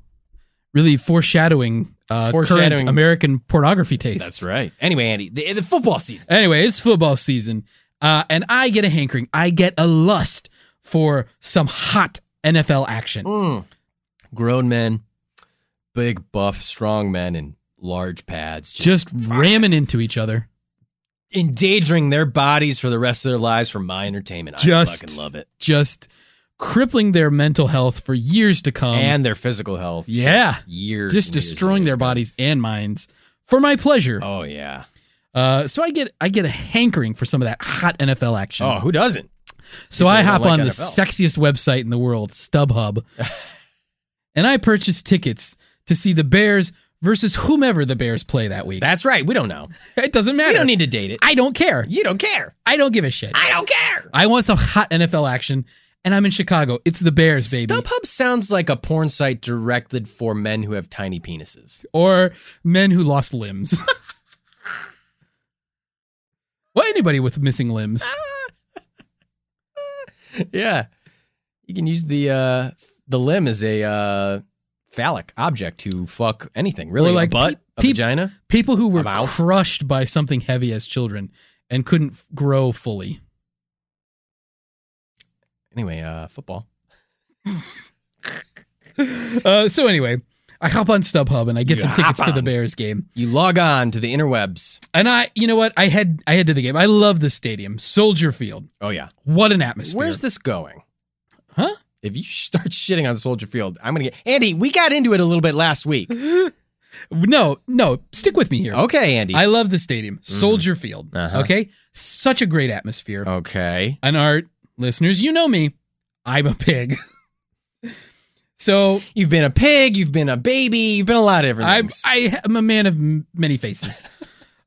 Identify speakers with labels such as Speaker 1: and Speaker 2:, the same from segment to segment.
Speaker 1: Really foreshadowing, uh,
Speaker 2: Foreshadowing-
Speaker 1: current American pornography tastes.
Speaker 2: That's right. Anyway, Andy, the, the football season.
Speaker 1: Anyway, it's football season, uh, and I get a hankering. I get a lust for some hot NFL action.
Speaker 2: Mm. Grown men, big buff, strong men in large pads, just,
Speaker 1: Just ramming into each other.
Speaker 2: endangering their bodies for the rest of their lives for my entertainment. I
Speaker 1: Just
Speaker 2: fucking love it.
Speaker 1: Just crippling their mental health for years to come.
Speaker 2: and their physical health.
Speaker 1: Yeah.
Speaker 2: um, Just years.
Speaker 1: just
Speaker 2: and years
Speaker 1: destroying
Speaker 2: and
Speaker 1: their
Speaker 2: years.
Speaker 1: bodies and minds for my pleasure.
Speaker 2: Oh yeah.
Speaker 1: Uh, so I get I get a hankering for some of that hot NFL action.
Speaker 2: Oh, who doesn't?
Speaker 1: so
Speaker 2: people
Speaker 1: I
Speaker 2: who
Speaker 1: hop
Speaker 2: don't like
Speaker 1: on the
Speaker 2: NFL.
Speaker 1: sexiest website in the world, StubHub, and I purchase tickets to see the Bears versus whomever the Bears play that week.
Speaker 2: That's right. We don't know.
Speaker 1: it doesn't matter.
Speaker 2: We don't need to date it.
Speaker 1: I don't care.
Speaker 2: You don't care.
Speaker 1: I don't give a shit.
Speaker 2: I don't care.
Speaker 1: I want some hot NFL action, and I'm in Chicago. It's the Bears, baby,
Speaker 2: StubHub sounds like a porn site directed for men who have tiny penises.
Speaker 1: or men who lost limbs. well, anybody with missing limbs.
Speaker 2: yeah. You can use the uh the limb as a uh phallic object to fuck anything. Really?
Speaker 1: Or like
Speaker 2: a butt,
Speaker 1: peep-
Speaker 2: a
Speaker 1: peep-
Speaker 2: vagina?
Speaker 1: people who were
Speaker 2: A mouth?
Speaker 1: crushed by something heavy as children and couldn't f- grow fully.
Speaker 2: Anyway, uh football.
Speaker 1: Uh, so anyway, I hop on StubHub and I get
Speaker 2: You
Speaker 1: some
Speaker 2: hop
Speaker 1: tickets to the
Speaker 2: on.
Speaker 1: Bears game.
Speaker 2: You log on to the interwebs.
Speaker 1: And I, you know what? I head I head to the game. I love the stadium, Soldier Field.
Speaker 2: Oh yeah.
Speaker 1: What an atmosphere!
Speaker 2: Where's this going?
Speaker 1: Huh?
Speaker 2: If you start shitting on Soldier Field, I'm gonna get Andy. We got into it a little bit last week.
Speaker 1: no, no, stick with me here.
Speaker 2: Okay, Andy.
Speaker 1: I love the stadium, Soldier Field.
Speaker 2: Uh-huh.
Speaker 1: Okay, such a great atmosphere.
Speaker 2: okay.
Speaker 1: And our listeners, you know me, I'm a pig. so
Speaker 2: You've been a pig. You've been a baby. You've been a lot of everything.
Speaker 1: I'm I am a man of m- many faces.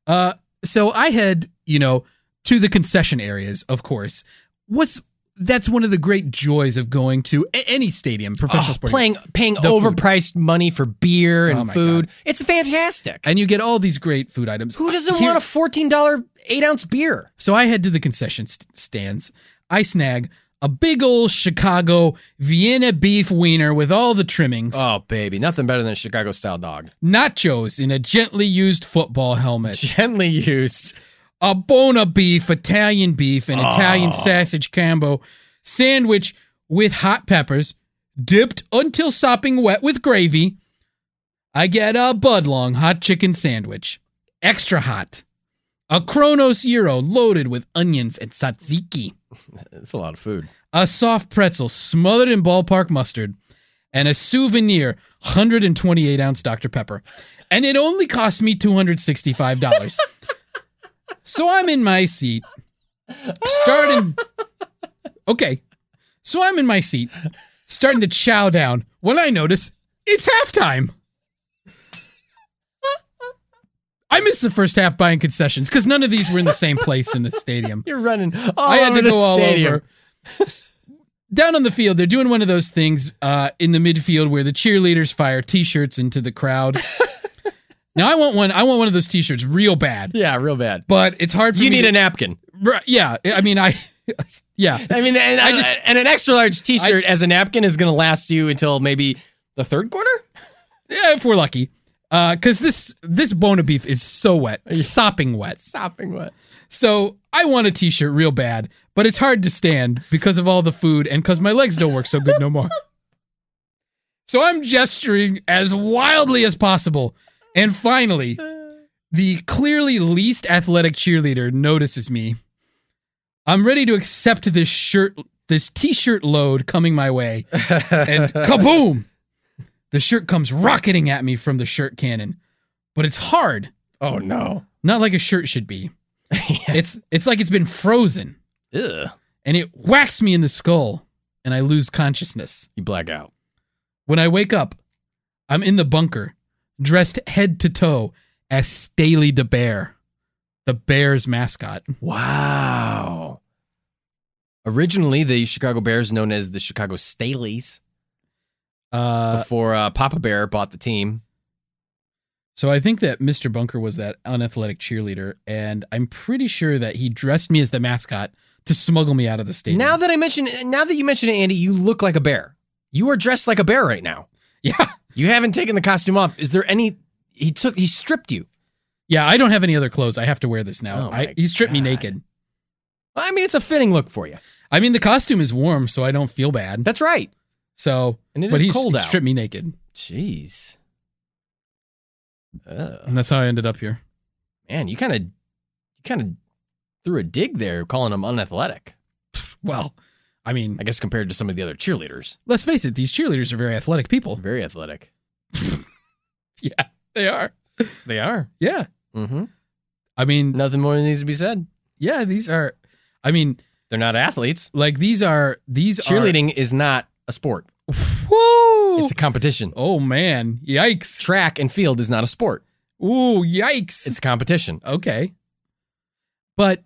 Speaker 1: uh, so I head, you know, to the concession areas, of course. What's that's one of the great joys of going to a- any stadium, professional
Speaker 2: Oh,
Speaker 1: sporting.
Speaker 2: playing paying
Speaker 1: food.
Speaker 2: overpriced money for beer
Speaker 1: Oh
Speaker 2: and
Speaker 1: my
Speaker 2: food. It's fantastic.
Speaker 1: and you get all these great food items.
Speaker 2: Who doesn't
Speaker 1: Here's-
Speaker 2: want a fourteen dollar eight ounce beer?
Speaker 1: So I head to the concession st- stands. I snag a big old Chicago Vienna beef wiener with all the trimmings,
Speaker 2: Oh baby, nothing better than a Chicago style dog.
Speaker 1: nachos in a gently used football helmet.
Speaker 2: Gently used.
Speaker 1: a bona beef, Italian beef, and Italian sausage combo sandwich with hot peppers, dipped until sopping wet with gravy. I get a Budlong hot chicken sandwich, extra hot. A Kronos gyro loaded with onions and tzatziki.
Speaker 2: It's a lot of food.
Speaker 1: A soft pretzel smothered in ballpark mustard. And a souvenir 128 ounce Dr. Pepper. And it only cost me $265. so I'm in my seat starting. Okay. So I'm in my seat, starting to chow down when I notice it's halftime. I missed the first half buying concessions because none of these were in the same place in the stadium.
Speaker 2: You're running. All
Speaker 1: I had to
Speaker 2: over Oh, the
Speaker 1: go all
Speaker 2: stadium.
Speaker 1: over. Down on the field, they're doing one of those things uh, in the midfield where the cheerleaders fire T-shirts into the crowd. now I want one. I want one of those T-shirts real bad,
Speaker 2: Yeah, real bad.
Speaker 1: but it's hard for
Speaker 2: You
Speaker 1: me.
Speaker 2: need
Speaker 1: to,
Speaker 2: a napkin.
Speaker 1: Right, yeah, I mean, I, yeah,
Speaker 2: I mean, and,
Speaker 1: I just-
Speaker 2: and an extra large T-shirt as a napkin is going to last you until maybe the third quarter.
Speaker 1: yeah, if we're lucky, because this this bone of beef is so wet, sopping wet.
Speaker 2: Stopping what?
Speaker 1: So I want a T-shirt real bad, but it's hard to stand because of all the food and because my legs don't work so good no more. So I'm gesturing as wildly as possible, and finally, the clearly least athletic cheerleader notices me. I'm ready to accept this shirt, this T-shirt load coming my way and kaboom! The shirt comes rocketing at me from the shirt cannon, but it's hard,
Speaker 2: oh no!
Speaker 1: not like a shirt should be. It's it's like it's been frozen,
Speaker 2: Ugh.
Speaker 1: and it whacks me in the skull, and I lose consciousness.
Speaker 2: You black out.
Speaker 1: When I wake up, I'm in the bunker, dressed head to toe as Staley the Bear, the Bears mascot.
Speaker 2: Wow. Originally, the Chicago Bears, known as the Chicago Staleys,
Speaker 1: Uh,
Speaker 2: before uh, Papa Bear bought the team.
Speaker 1: So I think that Mr. Bunker was that unathletic cheerleader, and I'm pretty sure that he dressed me as the mascot to smuggle me out of the stadium.
Speaker 2: Now that I mention, now that you mention it, Andy, you look like a bear. You are dressed like a bear right now.
Speaker 1: yeah,
Speaker 2: You haven't taken the costume off. Is there any? He took. He stripped you.
Speaker 1: yeah, I don't have any other clothes. I have to wear this now.
Speaker 2: Oh my
Speaker 1: I, he stripped me
Speaker 2: God.
Speaker 1: naked.
Speaker 2: I mean, it's a fitting look for you.
Speaker 1: I mean, the costume is warm, so I don't feel bad.
Speaker 2: That's right.
Speaker 1: So,
Speaker 2: And it
Speaker 1: but
Speaker 2: is
Speaker 1: he,
Speaker 2: cold
Speaker 1: he
Speaker 2: out.
Speaker 1: stripped me naked,
Speaker 2: Jeez. Ugh.
Speaker 1: and that's how I ended up here.
Speaker 2: Man, you kind of, you kind of threw a dig there, calling him unathletic.
Speaker 1: Well, I mean,
Speaker 2: I guess compared to some of the other cheerleaders,
Speaker 1: let's face it, these cheerleaders are very athletic people.
Speaker 2: very athletic.
Speaker 1: Yeah, they are.
Speaker 2: They are.
Speaker 1: Yeah.
Speaker 2: Mm-hmm.
Speaker 1: I mean,
Speaker 2: Nothing more needs to be said.
Speaker 1: yeah, these are I mean,
Speaker 2: They're not athletes.
Speaker 1: like these are these
Speaker 2: Cheerleading is not a sport.
Speaker 1: are Woo!
Speaker 2: It's a competition.
Speaker 1: oh man. Yikes.
Speaker 2: Track and field is not a sport.
Speaker 1: Ooh, yikes.
Speaker 2: It's a competition.
Speaker 1: okay. But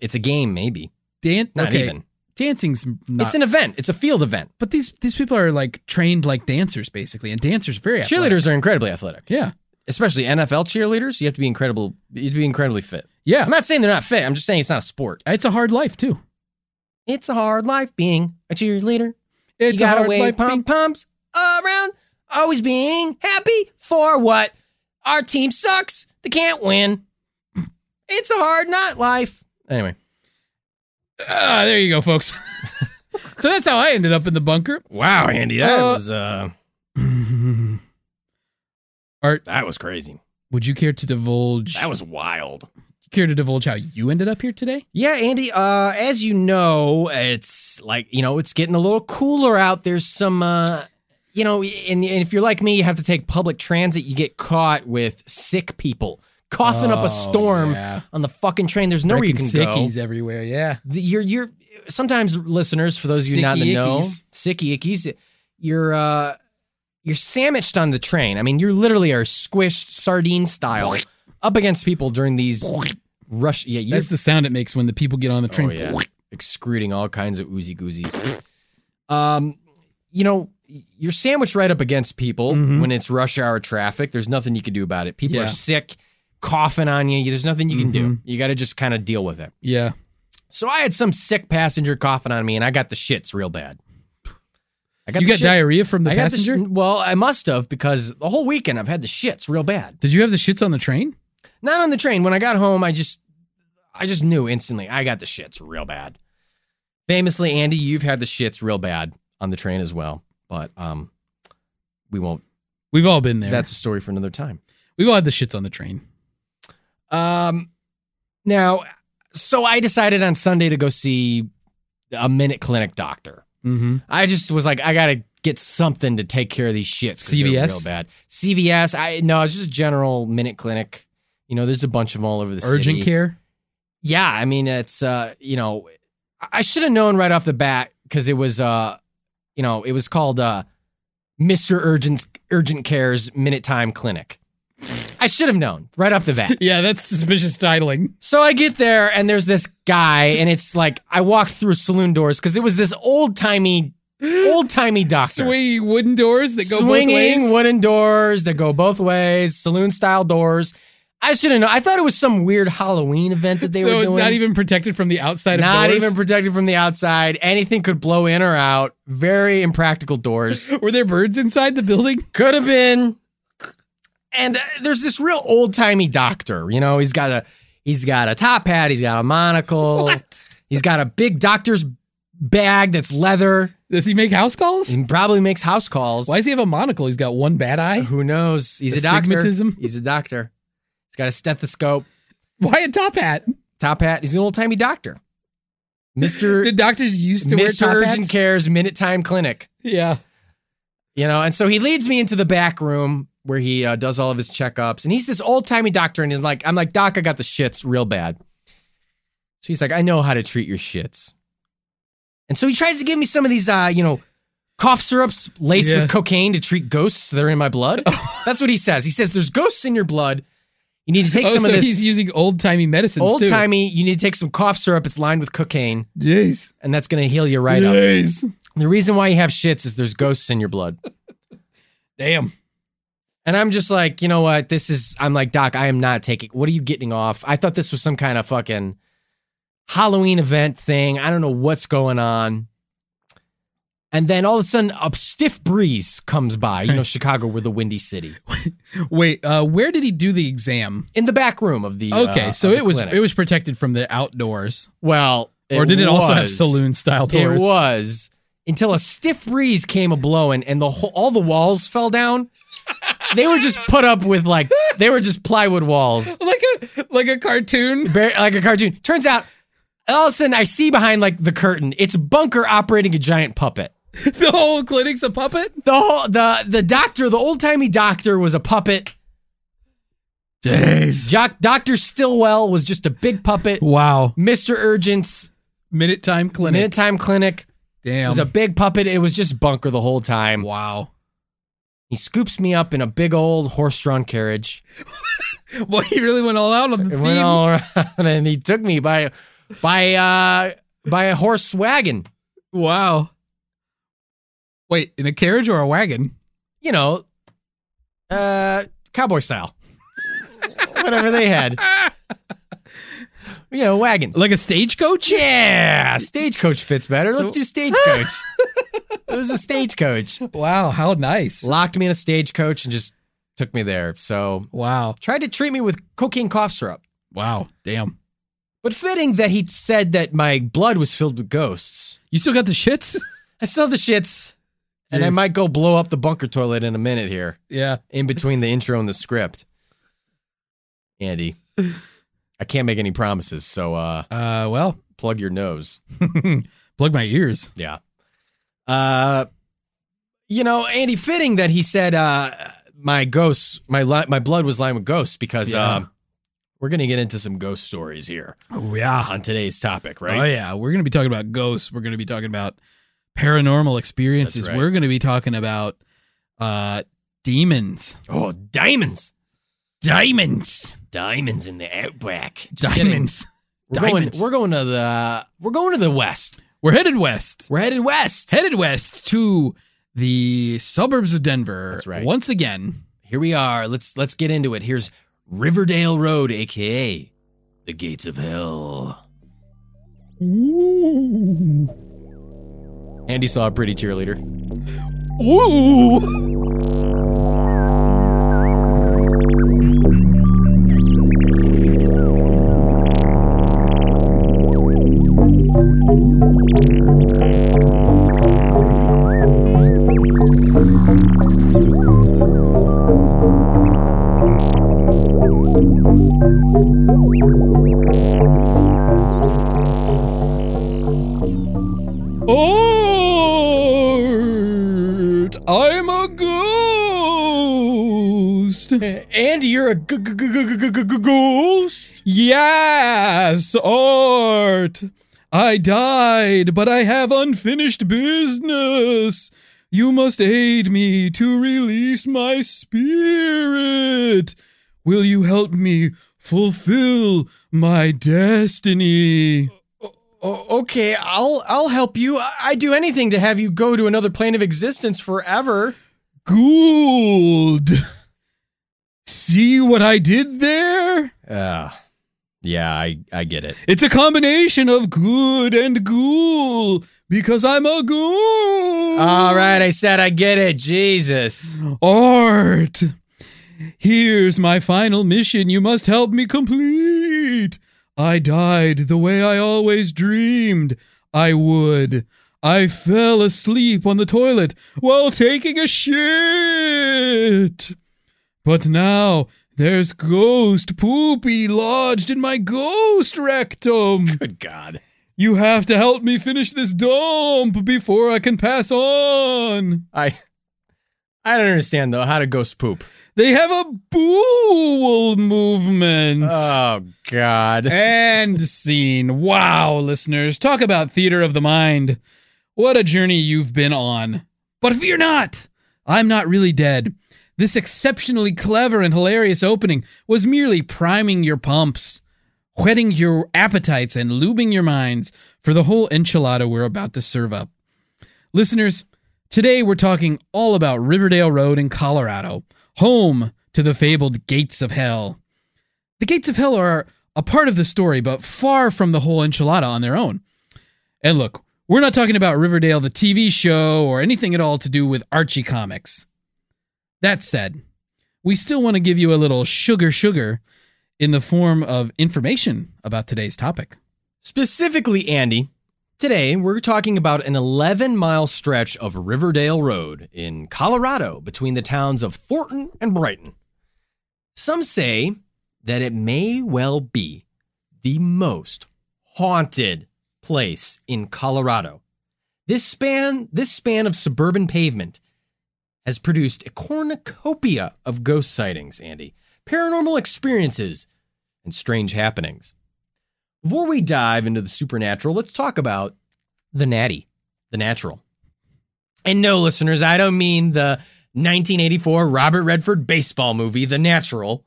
Speaker 2: It's a game, maybe.
Speaker 1: dan-
Speaker 2: Not
Speaker 1: okay,
Speaker 2: even.
Speaker 1: dancing's not
Speaker 2: it's an event. It's a field event.
Speaker 1: But these these people are like trained like dancers basically, and dancers very athletic.
Speaker 2: Cheerleaders are incredibly athletic,
Speaker 1: Yeah,
Speaker 2: especially NFL cheerleaders. You have to be incredible. You have to be incredibly fit.
Speaker 1: yeah.
Speaker 2: I'm not saying they're not fit. I'm just saying it's not a sport.
Speaker 1: It's a hard life too.
Speaker 2: It's a hard life being a cheerleader.
Speaker 1: It's
Speaker 2: you gotta
Speaker 1: a hard
Speaker 2: wave
Speaker 1: life.
Speaker 2: pom
Speaker 1: being-
Speaker 2: poms around, always being happy for what? Our team sucks. They can't win. It's a hard not life. Anyway,
Speaker 1: Ah, there you go, folks. so that's how I ended up in the bunker.
Speaker 2: wow, Andy, that
Speaker 1: Uh,
Speaker 2: was uh, that was crazy.
Speaker 1: Would you care to divulge?
Speaker 2: That was wild.
Speaker 1: care to divulge how you ended up here today?
Speaker 2: Yeah, Andy, uh, as you know, it's like, you know, it's getting a little cooler out. There's some, uh, you know, and, and if you're like me, you have to take public transit. You get caught with sick people coughing up
Speaker 1: Oh,
Speaker 2: a storm
Speaker 1: yeah.
Speaker 2: on the fucking train. There's nowhere
Speaker 1: Freaking
Speaker 2: you can go.
Speaker 1: sickies everywhere. Yeah.
Speaker 2: The- you're, you're, sometimes listeners, for those of you not in the
Speaker 1: Sicky
Speaker 2: know,
Speaker 1: ickies.
Speaker 2: sicky ickies, you're, uh, you're sandwiched on the train. I mean, you literally are squished sardine style up against people during these rush. Yeah, you're
Speaker 1: That's the sound it makes when the people get on the train.
Speaker 2: Oh, yeah. excreting all kinds of oozy goozies. Um, you know, you're sandwiched right up against people
Speaker 1: Mhm.
Speaker 2: when it's rush hour traffic. There's nothing you can do about it. People
Speaker 1: Yeah. Mm-hmm.
Speaker 2: are sick, coughing on you. There's nothing you can do. You got to just kind of deal with it.
Speaker 1: Yeah.
Speaker 2: So I had some sick passenger coughing on me, and I got the shits real bad. I
Speaker 1: You
Speaker 2: the
Speaker 1: got
Speaker 2: shits.
Speaker 1: diarrhea from the
Speaker 2: I got the sh-
Speaker 1: passenger.
Speaker 2: well, I must have because the whole weekend I've had the shits real bad.
Speaker 1: Did you have the shits on the train?
Speaker 2: Not on the train. When I got home, I just I just knew instantly I got the shits real bad. Famously, Andy, you've had the shits real bad on the train as well. But um we won't
Speaker 1: We've all been there.
Speaker 2: that's a story for another time.
Speaker 1: we've all had the shits on the train.
Speaker 2: Um now so I decided on Sunday to go see a minute clinic doctor.
Speaker 1: Mm-hmm.
Speaker 2: I just was like, I gotta get something to take care of these shits. 'cause they're
Speaker 1: CVS?
Speaker 2: real bad. CVS. I no, it's just general minute clinic. You know, there's a bunch of them all over the city.
Speaker 1: Urgent care.
Speaker 2: yeah i mean it's uh you know I- i should have known right off the bat because it was uh you know it was called uh mr urgent urgent cares minute time clinic i should have known right off the bat
Speaker 1: Yeah, that's suspicious titling.
Speaker 2: so i get there and there's this guy and it's like i walked through saloon doors because it was this old-timey old-timey doctor
Speaker 1: Swinging wooden doors that go
Speaker 2: swinging
Speaker 1: both ways.
Speaker 2: wooden doors that go both ways saloon style doors i should have known i thought it was some weird halloween event that they
Speaker 1: so
Speaker 2: were
Speaker 1: it's
Speaker 2: doing
Speaker 1: not even protected from the outside
Speaker 2: not
Speaker 1: of doors.
Speaker 2: even protected from the outside. Anything could blow in or out. Very impractical doors.
Speaker 1: Were there birds inside the building?
Speaker 2: could have been. And uh, there's this real old timey doctor. You know, he's got a he's got a top hat. He's got a monocle.
Speaker 1: What?
Speaker 2: He's got a big doctor's bag that's leather.
Speaker 1: Does he make house calls?
Speaker 2: He probably makes house calls.
Speaker 1: Why does he have a monocle? He's got one bad eye.
Speaker 2: Who knows? He's a doctor.
Speaker 1: Astigmatism?
Speaker 2: He's a doctor. He's got a stethoscope,
Speaker 1: Why a top hat?
Speaker 2: top hat. He's an old timey doctor. Mister
Speaker 1: Did doctors used to wear
Speaker 2: Mister
Speaker 1: top
Speaker 2: Urgent
Speaker 1: hats?
Speaker 2: Cares Minute Time Clinic.
Speaker 1: Yeah.
Speaker 2: You know, and so he leads me into the back room where he uh, does all of his checkups, and he's this old timey doctor, and he's like, "I'm like Doc, I got the shits real bad." So he's like, "I know how to treat your shits," and so he tries to give me some of these, uh, you know, cough syrups laced
Speaker 1: Yeah. Oh.
Speaker 2: with cocaine to treat ghosts that are in my blood. That's what he says. He says, "There's ghosts in your blood. You need to take
Speaker 1: oh,
Speaker 2: some
Speaker 1: so
Speaker 2: of
Speaker 1: he's
Speaker 2: this
Speaker 1: using old timey medicines
Speaker 2: old
Speaker 1: too.
Speaker 2: timey. You need to take some cough syrup. It's lined with cocaine,
Speaker 1: Jeez.
Speaker 2: and that's going to heal you right up."
Speaker 1: Jeez.
Speaker 2: The reason why you have shits is there's ghosts in your blood.
Speaker 1: Damn.
Speaker 2: And I'm just like, you know what? This is, I'm like, Doc, I am not taking, what are you getting off? I thought this was some kind of fucking Halloween event thing. I don't know what's going on. And then all of a sudden, a stiff breeze comes by. You know, Chicago, we're the windy city.
Speaker 1: Wait. Uh, where did he do the exam?
Speaker 2: In the back room of the. uh,
Speaker 1: Okay, so
Speaker 2: of the
Speaker 1: it was
Speaker 2: clinic.
Speaker 1: it was protected from the outdoors,
Speaker 2: well,
Speaker 1: or did it also have
Speaker 2: was.
Speaker 1: saloon style doors?
Speaker 2: It was until a stiff breeze came a blowing, and the whole, all the walls fell down, they were just put up with like they were just plywood walls,
Speaker 1: like a like a cartoon.
Speaker 2: Very- like a cartoon. Turns out, all of a sudden, I see behind like the curtain, it's Bunker operating a giant puppet.
Speaker 1: The whole clinic's a puppet.
Speaker 2: The whole the the doctor, the old timey doctor, was a puppet.
Speaker 1: Jeez.
Speaker 2: Jock, Doctor Stillwell was just a big puppet.
Speaker 1: Wow.
Speaker 2: Mister Urgent's
Speaker 1: Minute time clinic.
Speaker 2: Minute Time Clinic
Speaker 1: Damn.
Speaker 2: was a big puppet. It was just Bunker the whole time.
Speaker 1: wow.
Speaker 2: He scoops me up in a big old horse-drawn carriage.
Speaker 1: Well, he really went all out on the
Speaker 2: It
Speaker 1: theme.
Speaker 2: went all around, and he took me by by uh by a horse wagon.
Speaker 1: wow. Wait, in a carriage or a wagon?
Speaker 2: You know, uh, cowboy style. Whatever they had. You know, wagons.
Speaker 1: Like a stagecoach?
Speaker 2: Yeah, stagecoach fits better. Let's do stagecoach. it was a stagecoach.
Speaker 1: Wow, how nice.
Speaker 2: Locked me in a stagecoach and just took me there. So
Speaker 1: Wow.
Speaker 2: tried to treat me with cocaine cough syrup.
Speaker 1: Wow. Damn.
Speaker 2: But fitting that he said that my blood was filled with ghosts.
Speaker 1: You still got the shits?
Speaker 2: I still have the shits, and I
Speaker 1: Jeez.
Speaker 2: might go blow up the bunker toilet in a minute here,
Speaker 1: Yeah.
Speaker 2: in between the intro and the script. Andy, I can't make any promises, so uh,
Speaker 1: Uh, well,
Speaker 2: plug your nose.
Speaker 1: plug my ears.
Speaker 2: Yeah. Uh, you know, Andy, fitting that he said uh, my ghosts, my li- my blood was lined with ghosts because
Speaker 1: Yeah.
Speaker 2: um, we're gonna get into some ghost stories here
Speaker 1: Oh, yeah.
Speaker 2: on today's topic,
Speaker 1: Oh,
Speaker 2: right?
Speaker 1: yeah. We're going to be talking about ghosts. We're going to be talking about paranormal experiences.
Speaker 2: That's right.
Speaker 1: We're going to be talking about uh, demons.
Speaker 2: Oh, diamonds,
Speaker 1: Diamonds.
Speaker 2: diamonds in the outback, Just kidding.
Speaker 1: Diamonds.
Speaker 2: We're going-
Speaker 1: Diamonds.
Speaker 2: We're going, to the we're going to the west.
Speaker 1: We're headed west.
Speaker 2: We're headed west.
Speaker 1: Headed west to the suburbs of Denver.
Speaker 2: That's right.
Speaker 1: Once again.
Speaker 2: Here we are. Let's let's get into it. Here's Riverdale Road, aka the Gates of Hell.
Speaker 1: Ooh.
Speaker 2: Andy saw a pretty cheerleader.
Speaker 1: Ooh. Art, I'm a ghost.
Speaker 2: Andy, you're a g- g- g- g- g- g- g- ghost. Oh,
Speaker 1: Yes, Art. I died, but I have unfinished business. You must aid me to release my spirit. Will you help me fulfill my destiny?
Speaker 2: O- okay, I'll I'll help you. I- I'd do anything to have you go to another plane of existence forever.
Speaker 1: Gould. See what I did there?
Speaker 2: Uh, yeah, I I get it.
Speaker 1: It's a combination of good and ghoul because I'm a ghoul.
Speaker 2: All right, I said I get it. Jesus.
Speaker 1: Art. Here's my final mission you must help me complete. I died the way I always dreamed I would. I fell asleep on the toilet while taking a shit. But now there's ghost poopy lodged in my ghost rectum.
Speaker 2: Good God.
Speaker 1: You have to help me finish this dump before I can pass on.
Speaker 2: I I don't understand though how to ghost poop.
Speaker 1: They have a bool movement.
Speaker 2: Oh God.
Speaker 1: and scene. Wow, listeners. Talk about theater of the mind. What a journey you've been on. But fear not, I'm not really dead. This exceptionally clever and hilarious opening was merely priming your pumps, whetting your appetites, and lubing your minds for the whole enchilada we're about to serve up. Listeners, today we're talking all about Riverdale Road in Colorado, home to the fabled Gates of Hell. The gates of hell are a part of the story, but far from the whole enchilada on their own. And look, we're not talking about Riverdale, the TV show, or anything at all to do with Archie comics. That said, we still want to give you a little sugar sugar in the form of information about today's topic.
Speaker 2: Specifically, Andy, Today, we're talking about an 11 mile stretch of Riverdale Road in Colorado between the towns of Thornton and Brighton. Some say that it may well be the most haunted place in Colorado. This span, this span of suburban pavement has produced a cornucopia of ghost sightings, Andy, paranormal experiences, and strange happenings. Before we dive into the supernatural, let's talk about the natty, the natural. And no, listeners, I don't mean the 1984 Robert Redford baseball movie, The Natural.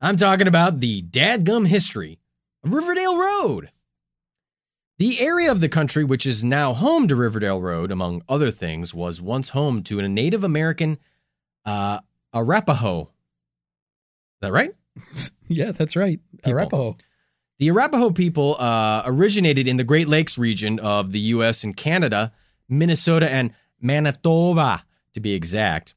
Speaker 2: I'm talking about the dadgum history of Riverdale Road. The area of the country which is now home to Riverdale Road, among other things, was once home to a Native American uh, Arapaho. Is that right?
Speaker 1: Yeah, that's right.
Speaker 2: People.
Speaker 1: Arapaho.
Speaker 2: The Arapaho people uh, originated in the Great Lakes region of the U.S. and Canada, Minnesota and Manitoba, to be exact.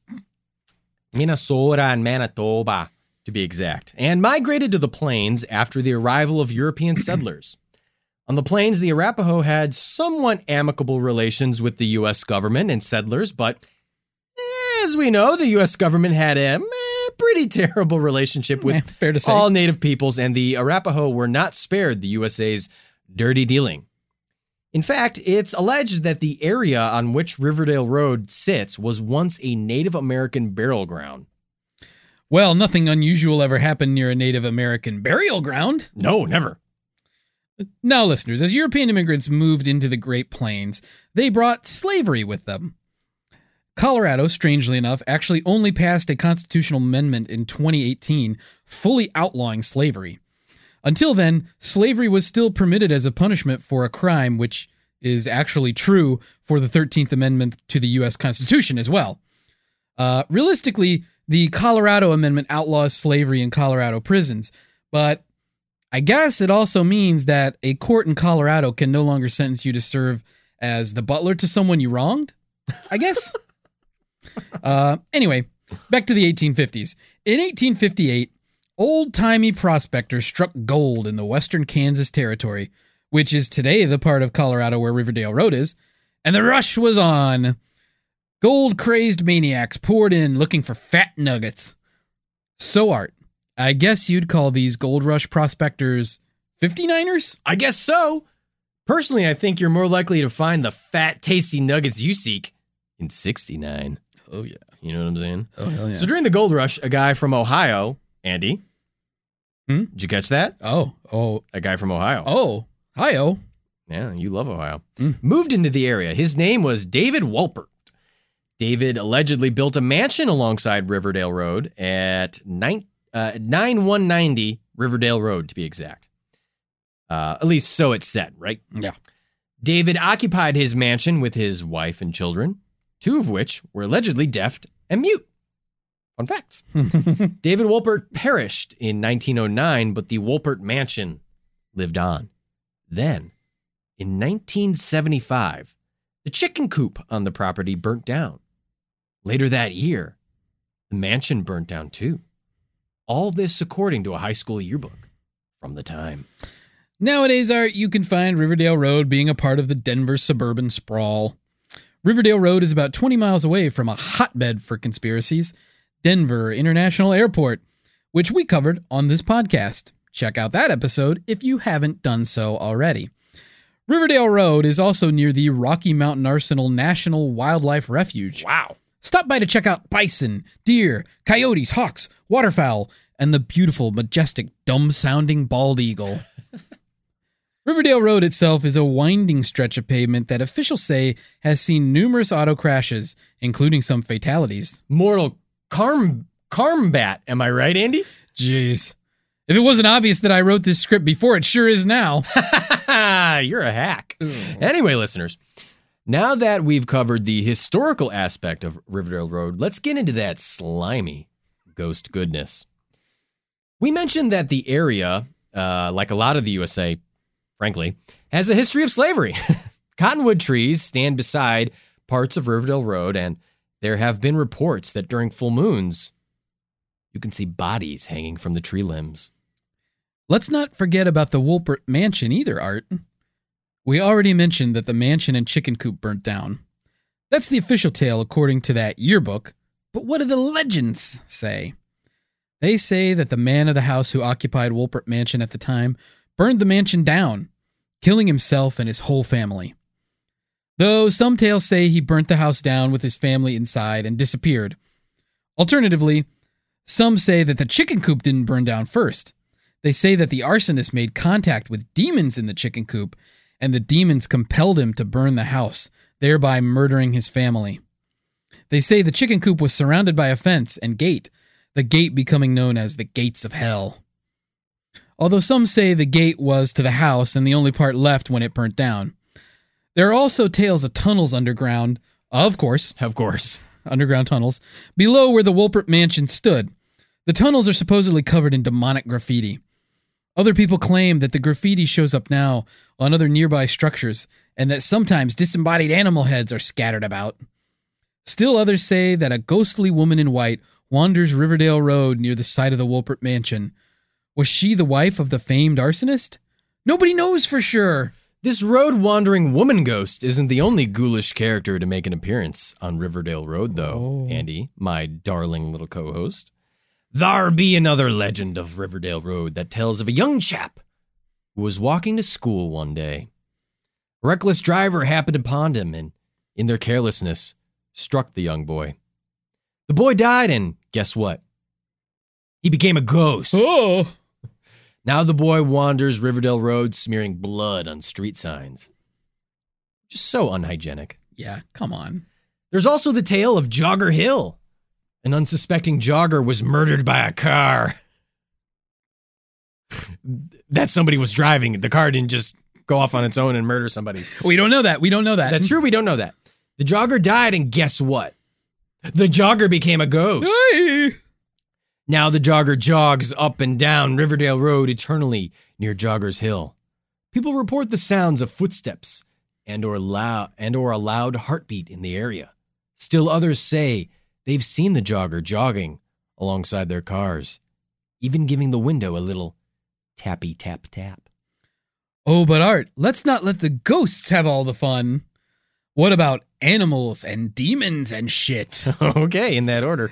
Speaker 2: Minnesota and Manitoba, to be exact, and migrated to the plains after the arrival of European settlers. On the plains, the Arapaho had somewhat amicable relations with the U.S. government and settlers, but as we know, the U.S. government had a eh, pretty terrible relationship with
Speaker 1: Eh, fair to say.
Speaker 2: all native peoples and the Arapaho were not spared the USA's dirty dealing. In fact, it's alleged that the area on which Riverdale Road sits was once a Native American burial ground.
Speaker 1: well, nothing unusual ever happened near a Native American burial ground.
Speaker 2: No, never.
Speaker 1: Now, listeners, as European immigrants moved into the Great Plains, they brought slavery with them. Colorado, strangely enough, actually only passed a constitutional amendment in 2018 fully outlawing slavery. Until then, slavery was still permitted as a punishment for a crime, which is actually true for the 13th Amendment to the U.S. Constitution as well. Uh, realistically, the Colorado Amendment outlaws slavery in Colorado prisons, but I guess it also means that a court in Colorado can no longer sentence you to serve as the butler to someone you wronged. I guess. uh, anyway, back to the 1850s. In 1858, old timey prospectors struck gold in the western Kansas Territory, which is today the part of Colorado where Riverdale Road is, and the rush was on. Gold crazed maniacs poured in looking for fat nuggets. So art. I guess you'd call these gold rush prospectors 59ers?
Speaker 2: I guess so. Personally, I think you're more likely to find the fat, tasty nuggets you seek in 69.
Speaker 1: Oh, yeah.
Speaker 2: You know what I'm saying?
Speaker 1: Oh, hell
Speaker 2: So during the gold rush, a guy from Ohio, Andy,
Speaker 1: Hmm?
Speaker 2: did you catch that?
Speaker 1: oh, oh,
Speaker 2: A guy from Ohio.
Speaker 1: oh. Hi, oh.
Speaker 2: Yeah, you love Ohio.
Speaker 1: Mm.
Speaker 2: Moved into the area. His name was David Walpert. David allegedly built a mansion alongside Riverdale Road at nine, uh, 9190 Riverdale Road, to be exact. Uh, at least so it's said, right?
Speaker 1: Yeah.
Speaker 2: David occupied his mansion with his wife and children, two of which were allegedly deaf and mute. Fun facts. David Wolpert perished in 1909, but the Wolpert mansion lived on. Then, in 1975, the chicken coop on the property burnt down. Later that year, the mansion burnt down too. All this according to a high school yearbook from the time.
Speaker 1: Nowadays, Art, you can find Riverdale Road being a part of the Denver suburban sprawl. Riverdale Road is about 20 miles away from a hotbed for conspiracies, Denver International Airport, which we covered on this podcast. Check out that episode if you haven't done so already. Riverdale Road is also near the Rocky Mountain Arsenal National Wildlife Refuge.
Speaker 2: Wow.
Speaker 1: Stop by to check out bison, deer, coyotes, hawks, waterfowl, and the beautiful, majestic, dumb sounding bald eagle. Riverdale Road itself is a winding stretch of pavement that officials say has seen numerous auto crashes, including some fatalities.
Speaker 2: Mortal Carm Carmbat, am I right, Andy?
Speaker 1: Jeez. If it wasn't obvious that I wrote this script before, it sure is now.
Speaker 2: You're a hack. Anyway, listeners, now that we've covered the historical aspect of Riverdale Road, let's get into that slimy ghost goodness. We mentioned that the area, uh, like a lot of the USA, frankly, has a history of slavery. Cottonwood trees stand beside parts of Riverdale Road, and there have been reports that during full moons, you can see bodies hanging from the tree limbs.
Speaker 1: Let's not forget about the Wolpert Mansion either, Art. We already mentioned that the mansion and chicken coop burnt down. That's the official tale according to that yearbook, but what do the legends say? They say that the man of the house who occupied Wolpert Mansion at the time burned the mansion down, killing himself and his whole family. Though some tales say he burnt the house down with his family inside and disappeared. Alternatively, some say that the chicken coop didn't burn down first. They say that the arsonist made contact with demons in the chicken coop, and the demons compelled him to burn the house, thereby murdering his family. They say the chicken coop was surrounded by a fence and gate, the gate becoming known as the Gates of Hell. Although some say the gate was to the house and the only part left when it burnt down. There are also tales of tunnels underground, of course,
Speaker 2: Of course.
Speaker 1: underground tunnels, below where the Wolpert mansion stood. The tunnels are supposedly covered in demonic graffiti. Other people claim that the graffiti shows up now on other nearby structures and that sometimes disembodied animal heads are scattered about. Still others say that a ghostly woman in white wanders Riverdale Road near the site of the Wolpert mansion. Was she the wife of the famed arsonist? Nobody knows for sure.
Speaker 2: This road wandering woman ghost isn't the only ghoulish character to make an appearance on Riverdale Road, though,
Speaker 1: Oh.
Speaker 2: Andy, my darling little co host. There be another legend of Riverdale Road that tells of a young chap who was walking to school one day. A reckless driver happened upon him and, in their carelessness, struck the young boy. The boy died, and guess what? He became a ghost.
Speaker 1: Oh.
Speaker 2: Now the boy wanders Riverdale Road smearing blood on street signs. Just so unhygienic.
Speaker 1: Yeah, come on.
Speaker 2: There's also the tale of Jogger Hill. An unsuspecting jogger was murdered by a car. that somebody was driving. The car didn't just go off on its own and murder somebody.
Speaker 1: We don't know that. We don't know that. Mm.
Speaker 2: That's true, we don't know that. The jogger died, and guess what? The jogger became a ghost.
Speaker 1: Hey.
Speaker 2: Now the jogger jogs up and down Riverdale Road eternally near Joggers Hill. People report the sounds of footsteps and or loud and or a loud heartbeat in the area. Still others say they've seen the jogger jogging alongside their cars, even giving the window a little tappy tap tap.
Speaker 1: Oh, but Art, let's not let the ghosts have all the fun. What about animals and demons and shit?
Speaker 2: okay, in that order.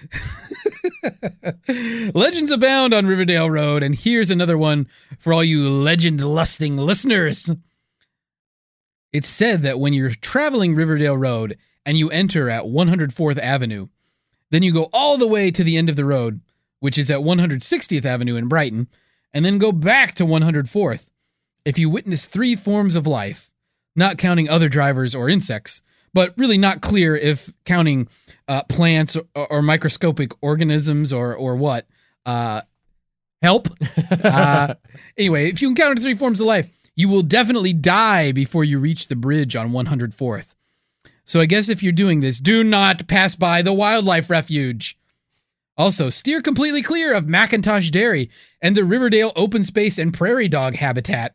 Speaker 1: Legends abound on Riverdale Road, and here's another one for all you legend lusting listeners. It's said that when you're traveling Riverdale Road and you enter at 104th Avenue, then you go all the way to the end of the road, which is at 160th Avenue in Brighton, and then go back to 104th. If you witness three forms of life, not counting other drivers or insects, but really not clear if counting uh, plants or, or microscopic organisms or or what. Uh, help. Uh, anyway, if you encounter three forms of life, you will definitely die before you reach the bridge on 104th. So I guess if you're doing this, do not pass by the wildlife refuge. Also, steer completely clear of Macintosh Dairy and the Riverdale open space and prairie dog habitat.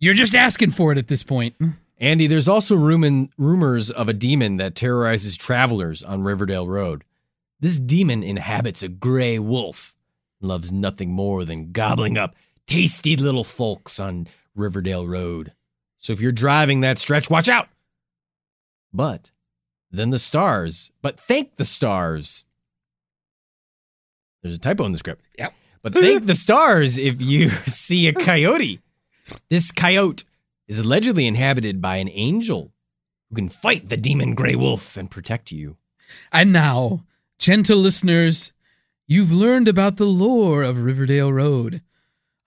Speaker 1: You're just asking for it at this point.
Speaker 2: Andy, there's also rumin- rumors of a demon that terrorizes travelers on Riverdale Road. This demon inhabits a gray wolf and loves nothing more than gobbling up tasty little folks on Riverdale Road. So if you're driving that stretch, watch out. But then the stars, but thank the stars. There's a typo in the script.
Speaker 1: Yep.
Speaker 2: But thank the stars if you see a coyote. This coyote is allegedly inhabited by an angel who can fight the demon gray wolf and protect you.
Speaker 1: And now, gentle listeners, you've learned about the lore of Riverdale Road.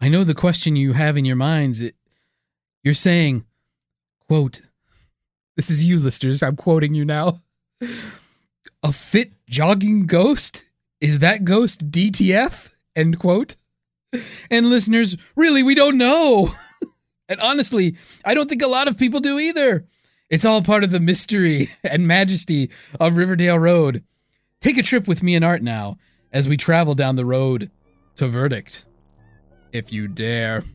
Speaker 1: I know the question you have in your minds. It, you're saying, quote, this is you, listeners. I'm quoting you now. A fit jogging ghost? Is that ghost DTF? End quote. And listeners, really, we don't know. and honestly, I don't think a lot of people do either. It's all part of the mystery and majesty of Riverdale Road. Take a trip with me and Art now as we travel down the road to Verdict. If you dare.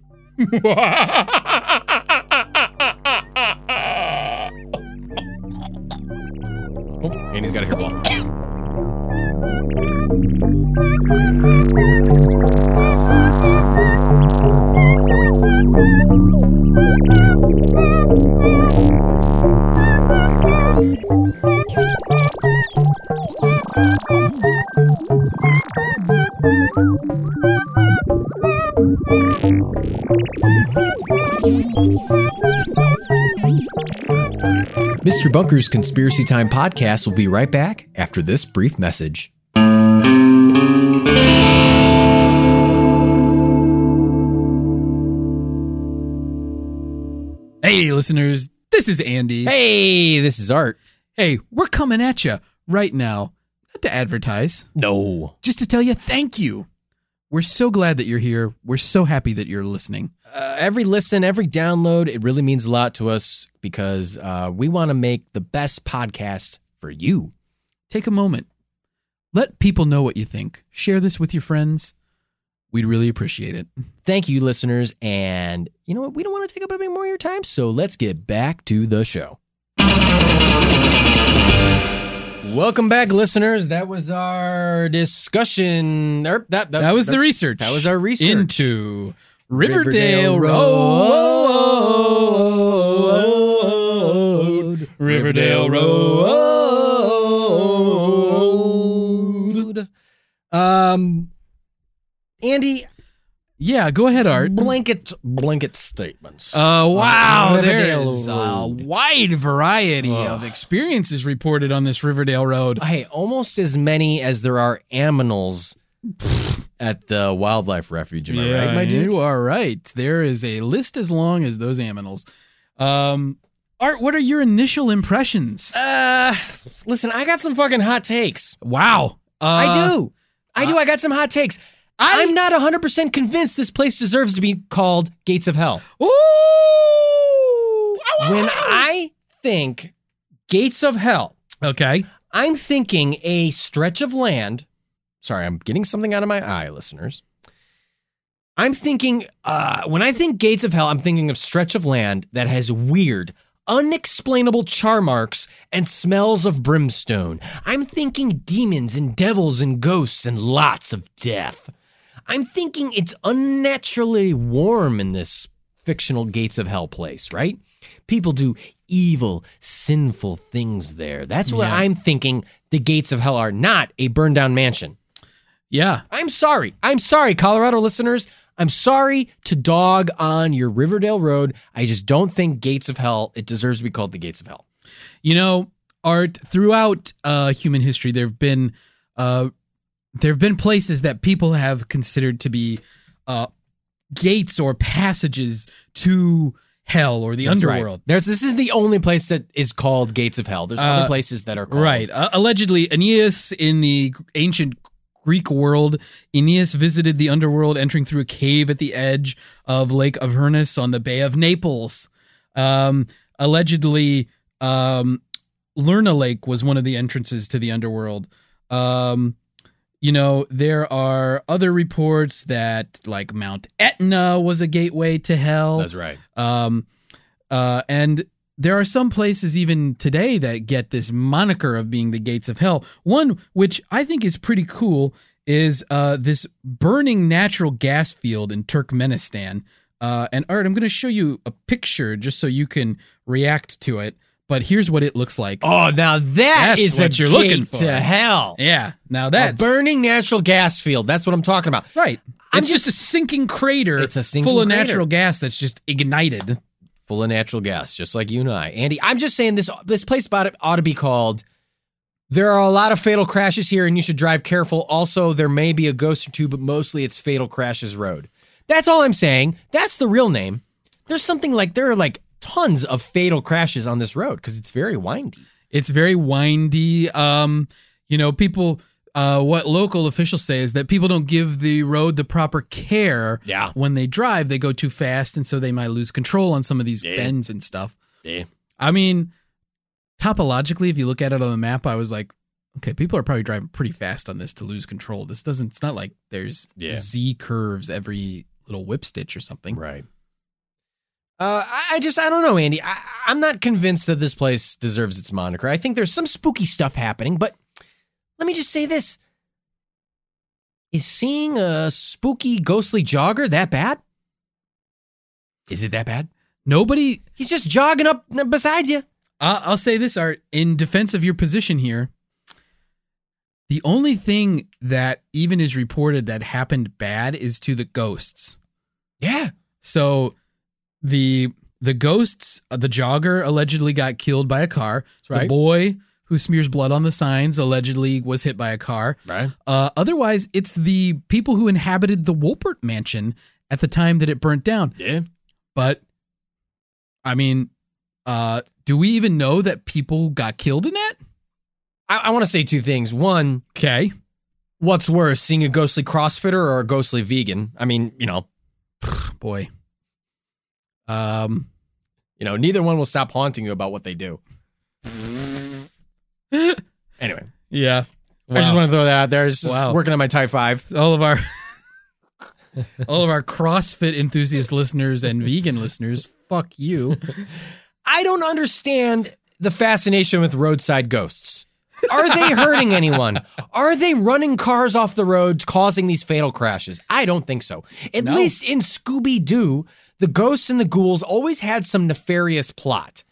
Speaker 2: Oh, Andy's got a hair block. Mr. Bunker's Conspiracy Time podcast will be right back after this brief message.
Speaker 1: Hey, listeners, this is Andy.
Speaker 2: Hey, this is Art.
Speaker 1: Hey, we're coming at you right now, not to advertise,
Speaker 2: No.
Speaker 1: just to tell you thank you. We're so glad that you're here. We're so happy that you're listening.
Speaker 2: Uh, every listen, every download, it really means a lot to us because uh, we want to make the best podcast for you.
Speaker 1: Take a moment. Let people know what you think. Share this with your friends. We'd really appreciate it.
Speaker 2: Thank you, listeners. And you know what? We don't want to take up any more of your time, so let's get back to the show. Welcome back, listeners. That was our discussion. er, that,
Speaker 1: That was the research.
Speaker 2: that was our research.
Speaker 1: into Riverdale
Speaker 2: Riverdale
Speaker 1: Road.
Speaker 2: Road.
Speaker 1: Riverdale Road.
Speaker 2: Um, Andy,
Speaker 1: Yeah, go ahead, Art.
Speaker 2: blanket blanket statements.
Speaker 1: Uh, wow,
Speaker 2: Uh,
Speaker 1: there
Speaker 2: Riverdale
Speaker 1: is a
Speaker 2: Road.
Speaker 1: wide variety
Speaker 2: Ugh.
Speaker 1: of experiences reported on this Riverdale Road.
Speaker 2: hey, almost as many as there are aminals at the wildlife refuge. Am I right, my dude?
Speaker 1: you are right. There is a list as long as those aminals. Um, Art, what are your initial impressions?
Speaker 2: Uh, listen, I got some fucking hot takes.
Speaker 1: Wow, uh,
Speaker 2: I do. I do. I got some hot takes. I, am not 100% convinced this place deserves to be called Gates of Hell.
Speaker 1: Ooh, Ow, ow,
Speaker 2: When
Speaker 1: ow.
Speaker 2: I think Gates of Hell,
Speaker 1: okay,
Speaker 2: I'm thinking a stretch of land. Sorry, I'm getting something out of my eye, listeners. I'm thinking, uh, when I think Gates of Hell, I'm thinking of stretch of land that has weird, unexplainable char marks and smells of brimstone. I'm thinking demons and devils and ghosts and lots of death. I'm thinking it's unnaturally warm in this fictional Gates of Hell place, right? People do evil, sinful things there. That's what
Speaker 1: Yeah.
Speaker 2: I'm thinking the Gates of Hell are, not a burned down mansion.
Speaker 1: yeah,
Speaker 2: I'm sorry. I'm sorry, Colorado listeners. I'm sorry to dog on your Riverdale Road. I just don't think Gates of Hell, it deserves to be called the Gates of Hell.
Speaker 1: you know, Art. Throughout uh, human history, there have been uh, there have been places that people have considered to be uh, gates or passages to hell or the
Speaker 2: That's right.
Speaker 1: underworld.
Speaker 2: There's this is the only place that is called Gates of Hell. There's other
Speaker 1: Uh,
Speaker 2: places that are called
Speaker 1: Right. Uh, allegedly, Aeneas in the ancient Greek world, Aeneas visited the underworld, entering through a cave at the edge of Lake Avernus on the Bay of Naples. Um, allegedly, um, Lerna Lake was one of the entrances to the underworld. Um, you know, there are other reports that like Mount Etna was a gateway to hell.
Speaker 2: That's right.
Speaker 1: Um, uh, and there are some places even today that get this moniker of being the gates of hell. One, which I think is pretty cool, is uh, this burning natural gas field in Turkmenistan. Uh, and Art, I'm going to show you a picture just so you can react to it. But here's what it looks like.
Speaker 2: Oh, now that
Speaker 1: That's
Speaker 2: is
Speaker 1: what
Speaker 2: a
Speaker 1: you're looking
Speaker 2: gate
Speaker 1: for.
Speaker 2: to hell.
Speaker 1: Yeah, now that's
Speaker 2: a burning natural gas field. That's what I'm talking about.
Speaker 1: right.
Speaker 2: I'm
Speaker 1: It's just,
Speaker 2: just-
Speaker 1: a sinking crater
Speaker 2: It's a sinking
Speaker 1: full of
Speaker 2: crater.
Speaker 1: natural gas that's just ignited.
Speaker 2: Full of natural gas, just like you and I, Andy. I'm just saying this this place ought ought to be called. There are a lot of fatal crashes here, and you should drive careful. Also, there may be a ghost or two, but mostly it's Fatal Crashes Road. That's all I'm saying. That's the real name. There's something like there are like tons of fatal crashes on this road because it's very windy.
Speaker 1: It's very windy. Um, you know, people. Uh, what local officials say is that people don't give the road the proper care.
Speaker 2: Yeah.
Speaker 1: When they drive, they go too fast, and so they might lose control on some of these bends and stuff.
Speaker 2: Yeah.
Speaker 1: I mean, topologically, if you look at it on the map, I was like, okay, people are probably driving pretty fast on this to lose control. This doesn't. It's not like there's
Speaker 2: Yeah.
Speaker 1: Z curves every little whip stitch or something.
Speaker 2: Right. Uh, I, I just I don't know, Andy. I, I'm not convinced that this place deserves its moniker. I think there's some spooky stuff happening, but let me just say this: Is seeing a spooky ghostly jogger that bad? Is it that bad?
Speaker 1: Nobody
Speaker 2: He's just jogging up n- beside you.
Speaker 1: I- I'll say this, Art, in defense of your position here. The only thing that even is reported that happened bad is to the ghosts.
Speaker 2: Yeah,
Speaker 1: So the The ghosts, uh, the jogger allegedly got killed by a car.
Speaker 3: right.
Speaker 1: The boy who smears blood on the signs allegedly was hit by a car.
Speaker 2: Right.
Speaker 1: Uh, otherwise, it's the people who inhabited the Wolpert mansion at the time that it burnt down.
Speaker 2: Yeah.
Speaker 1: But, I mean, uh, do we even know that people got killed in that?
Speaker 2: I, I want to say two things. One,
Speaker 1: Okay.
Speaker 2: what's worse, seeing a ghostly CrossFitter or a ghostly vegan? I mean, you know,
Speaker 1: Boy. Um,
Speaker 2: you know, neither one will stop haunting you about what they do. anyway,
Speaker 1: yeah.
Speaker 2: I just want to throw that out there. It's just
Speaker 1: Wow.
Speaker 2: working on my type five.
Speaker 1: all of our all of our CrossFit enthusiast listeners and vegan listeners, fuck you.
Speaker 2: I don't understand the fascination with roadside ghosts. Are they hurting anyone? Are they running cars off the roads causing these fatal crashes? I don't think so. At
Speaker 1: No.
Speaker 2: least in Scooby Doo, the ghosts and the ghouls always had some nefarious plot.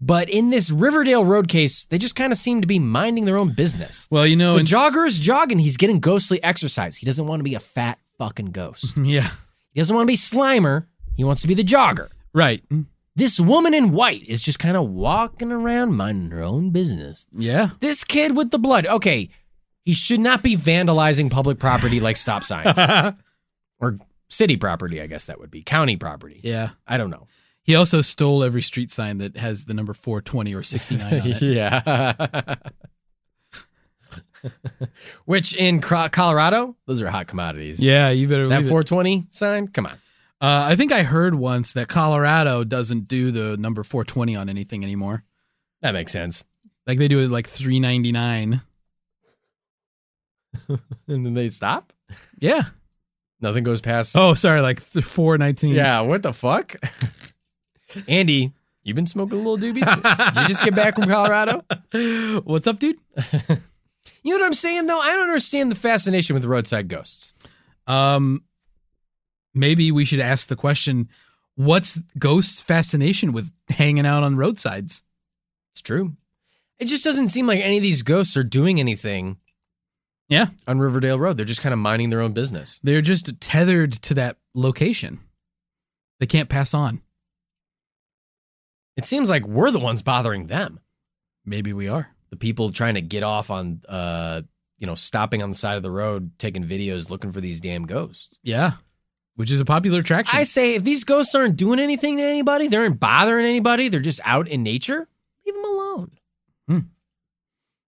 Speaker 2: But in this Riverdale road case, they just kind of seem to be minding their own business.
Speaker 1: Well, you know,
Speaker 2: The
Speaker 1: in-
Speaker 2: jogger is jogging. He's getting ghostly exercise. He doesn't want to be a fat fucking ghost.
Speaker 1: Yeah.
Speaker 2: He doesn't want to be Slimer. He wants to be the jogger
Speaker 1: Right.
Speaker 2: this woman in white is just kind of walking around minding her own business.
Speaker 1: Yeah.
Speaker 2: This kid with the blood, okay, he should not be vandalizing public property like stop signs or city property, I guess that would be county property.
Speaker 1: Yeah.
Speaker 2: I don't know.
Speaker 1: He also stole every street sign that has the number 420 or 69 on it.
Speaker 2: Yeah. Which in Cro- Colorado, those are hot commodities.
Speaker 1: Yeah, you better
Speaker 2: That
Speaker 1: believe it.
Speaker 2: 420 sign, come on.
Speaker 1: Uh, I think I heard once that Colorado doesn't do the number 420 on anything anymore.
Speaker 2: That makes sense.
Speaker 1: Like they do it like 399.
Speaker 2: And then they stop.
Speaker 1: Yeah.
Speaker 2: Nothing goes past
Speaker 1: Oh, sorry, like th- 419.
Speaker 2: Yeah, what the fuck? Andy, you been smoking little doobies? Did you just get back from Colorado?
Speaker 1: What's up, dude?
Speaker 2: You know what I'm saying though? I don't understand the fascination with roadside ghosts.
Speaker 1: Um, maybe we should ask the question: What's ghosts' fascination with hanging out on roadsides?
Speaker 2: It's true. It just doesn't seem like any of these ghosts are doing anything
Speaker 1: Yeah,
Speaker 2: on Riverdale Road. They're just kind of minding their own business.
Speaker 1: they're just tethered to that location. They can't pass on.
Speaker 2: It seems like we're the ones bothering them.
Speaker 1: Maybe we are.
Speaker 2: The people trying to get off on uh, you know, stopping on the side of the road, taking videos, looking for these damn ghosts.
Speaker 1: Yeah, which is a popular attraction.
Speaker 2: I say if these ghosts aren't doing anything to anybody, they aren't bothering anybody, they're just out in nature, leave them alone.
Speaker 1: Hmm.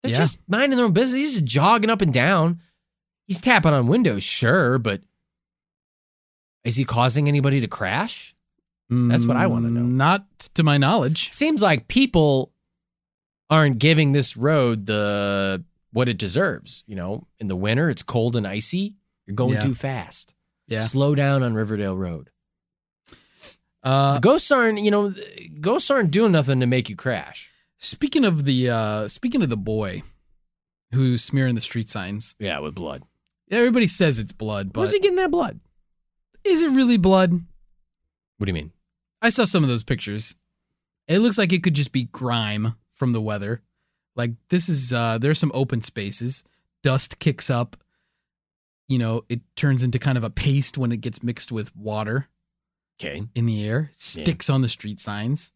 Speaker 2: They're
Speaker 1: Yeah.
Speaker 2: just minding their own business. He's just jogging up and down. He's tapping on windows, sure, but is he causing anybody to crash? that's what I wanna know.
Speaker 1: Mm, Not to my knowledge.
Speaker 2: Seems like people aren't giving this road the what it deserves. You know, in the winter, it's cold and icy. You're going
Speaker 1: Yeah.
Speaker 2: too fast.
Speaker 1: Yeah.
Speaker 2: Slow down on Riverdale Road.
Speaker 1: Uh,
Speaker 2: ghosts aren't, you know, ghosts aren't doing nothing to make you crash.
Speaker 1: speaking of the uh, speaking of the boy who's smearing the street signs,
Speaker 2: Yeah, with blood.
Speaker 1: everybody says it's blood, but
Speaker 2: Where's he getting that blood?
Speaker 1: is it really blood?
Speaker 2: What do you mean?
Speaker 1: I saw some of those pictures. It looks like it could just be grime from the weather. Like this is uh there's some open spaces. Dust kicks up. You know, it turns into kind of a paste when it gets mixed with water
Speaker 2: Okay.
Speaker 1: in the air. Sticks on the street signs.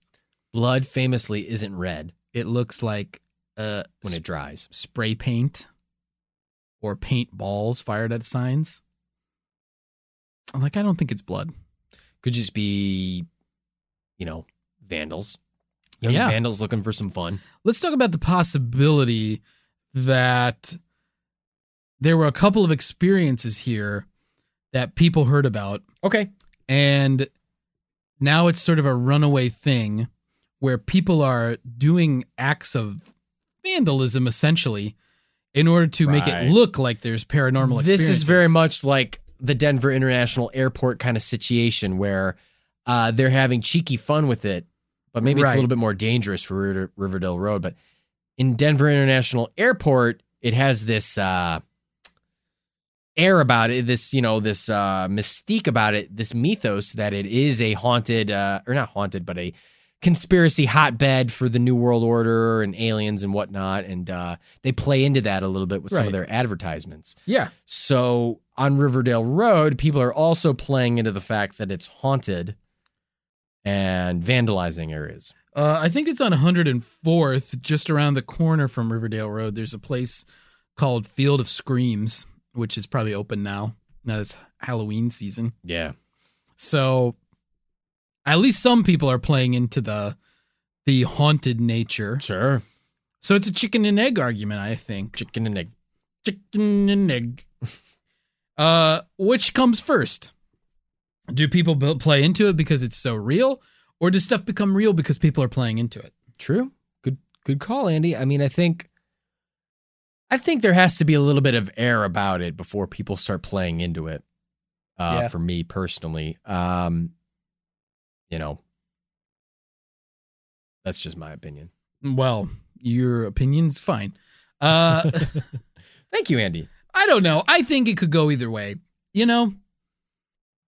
Speaker 2: Blood famously isn't red
Speaker 1: It looks like uh
Speaker 2: when it dries.
Speaker 1: s- spray paint or paint balls fired at signs. Like I don't think it's blood.
Speaker 2: Could just be, you know, vandals. Young
Speaker 1: Yeah.
Speaker 2: vandals looking for some fun.
Speaker 1: let's talk about the possibility that there were a couple of experiences here that people heard about
Speaker 2: Okay.
Speaker 1: and now it's sort of a runaway thing where people are doing acts of vandalism essentially in order to make
Speaker 2: Right.
Speaker 1: it look like there's paranormal
Speaker 2: This is
Speaker 1: experiences.
Speaker 2: very much like the Denver International Airport kind of situation where uh, they're having cheeky fun with it, but maybe it's a
Speaker 1: Right.
Speaker 2: little bit more dangerous for River- Riverdale Road. But in Denver International Airport, it has this uh, air about it, this you know, this uh, mystique about it, this mythos that it is a haunted uh, or not haunted, but a conspiracy hotbed for the New World Order and aliens and whatnot. And uh, they play into that a little bit with some of
Speaker 1: Right.
Speaker 2: their advertisements.
Speaker 1: yeah
Speaker 2: So on Riverdale Road, people are also playing into the fact that it's haunted and vandalizing areas.
Speaker 1: Uh, I think it's on 104th, just around the corner from Riverdale Road. There's a place called Field of Screams, which is probably open now. Now it's Halloween season.
Speaker 2: Yeah.
Speaker 1: So at least some people are playing into the the haunted nature.
Speaker 2: Sure.
Speaker 1: So it's a chicken and egg argument, I think.
Speaker 2: Chicken and egg.
Speaker 1: Chicken and egg. Uh, which comes first? Do people bu- play into it because it's so real, or does stuff become real because people are playing into it?
Speaker 2: True. Good good call, Andy. I mean, I think I think there has to be a little bit of air about it before people start playing into it. Uh
Speaker 1: Yeah.
Speaker 2: for me personally. Um you know. That's just my opinion.
Speaker 1: Well, your opinion's fine. Uh,
Speaker 2: Thank you, Andy.
Speaker 1: I don't know. I think it could go either way. You know,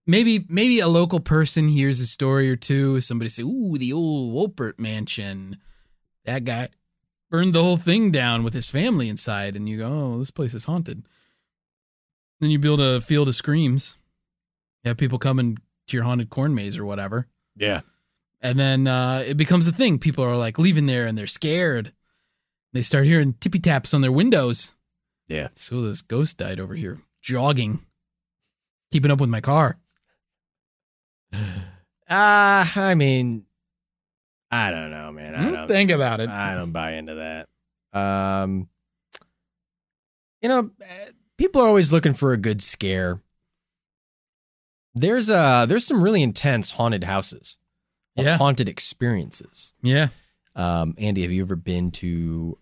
Speaker 1: maybe maybe a local person hears a story or two. Somebody say, "Ooh, the old Wolpert mansion. That guy burned the whole thing down with his family inside." And you go, "Oh, this place is haunted." Then you build a field of screams. You have people coming to your haunted corn maze or whatever.
Speaker 2: Yeah.
Speaker 1: And then uh, it becomes a thing. People are like leaving there and they're scared. They start hearing tippy taps on their windows.
Speaker 2: Yeah.
Speaker 1: So this ghost died over here jogging, keeping up with my car.
Speaker 2: Uh I mean I don't know, man. I
Speaker 1: Hmm,
Speaker 2: don't
Speaker 1: Think about it.
Speaker 2: I don't buy into that. Um, you know, eh, people are always looking for a good scare. There's uh there's some really intense haunted houses, or
Speaker 1: Yeah.
Speaker 2: haunted experiences.
Speaker 1: yeah.
Speaker 2: Um, Andy, have you ever been to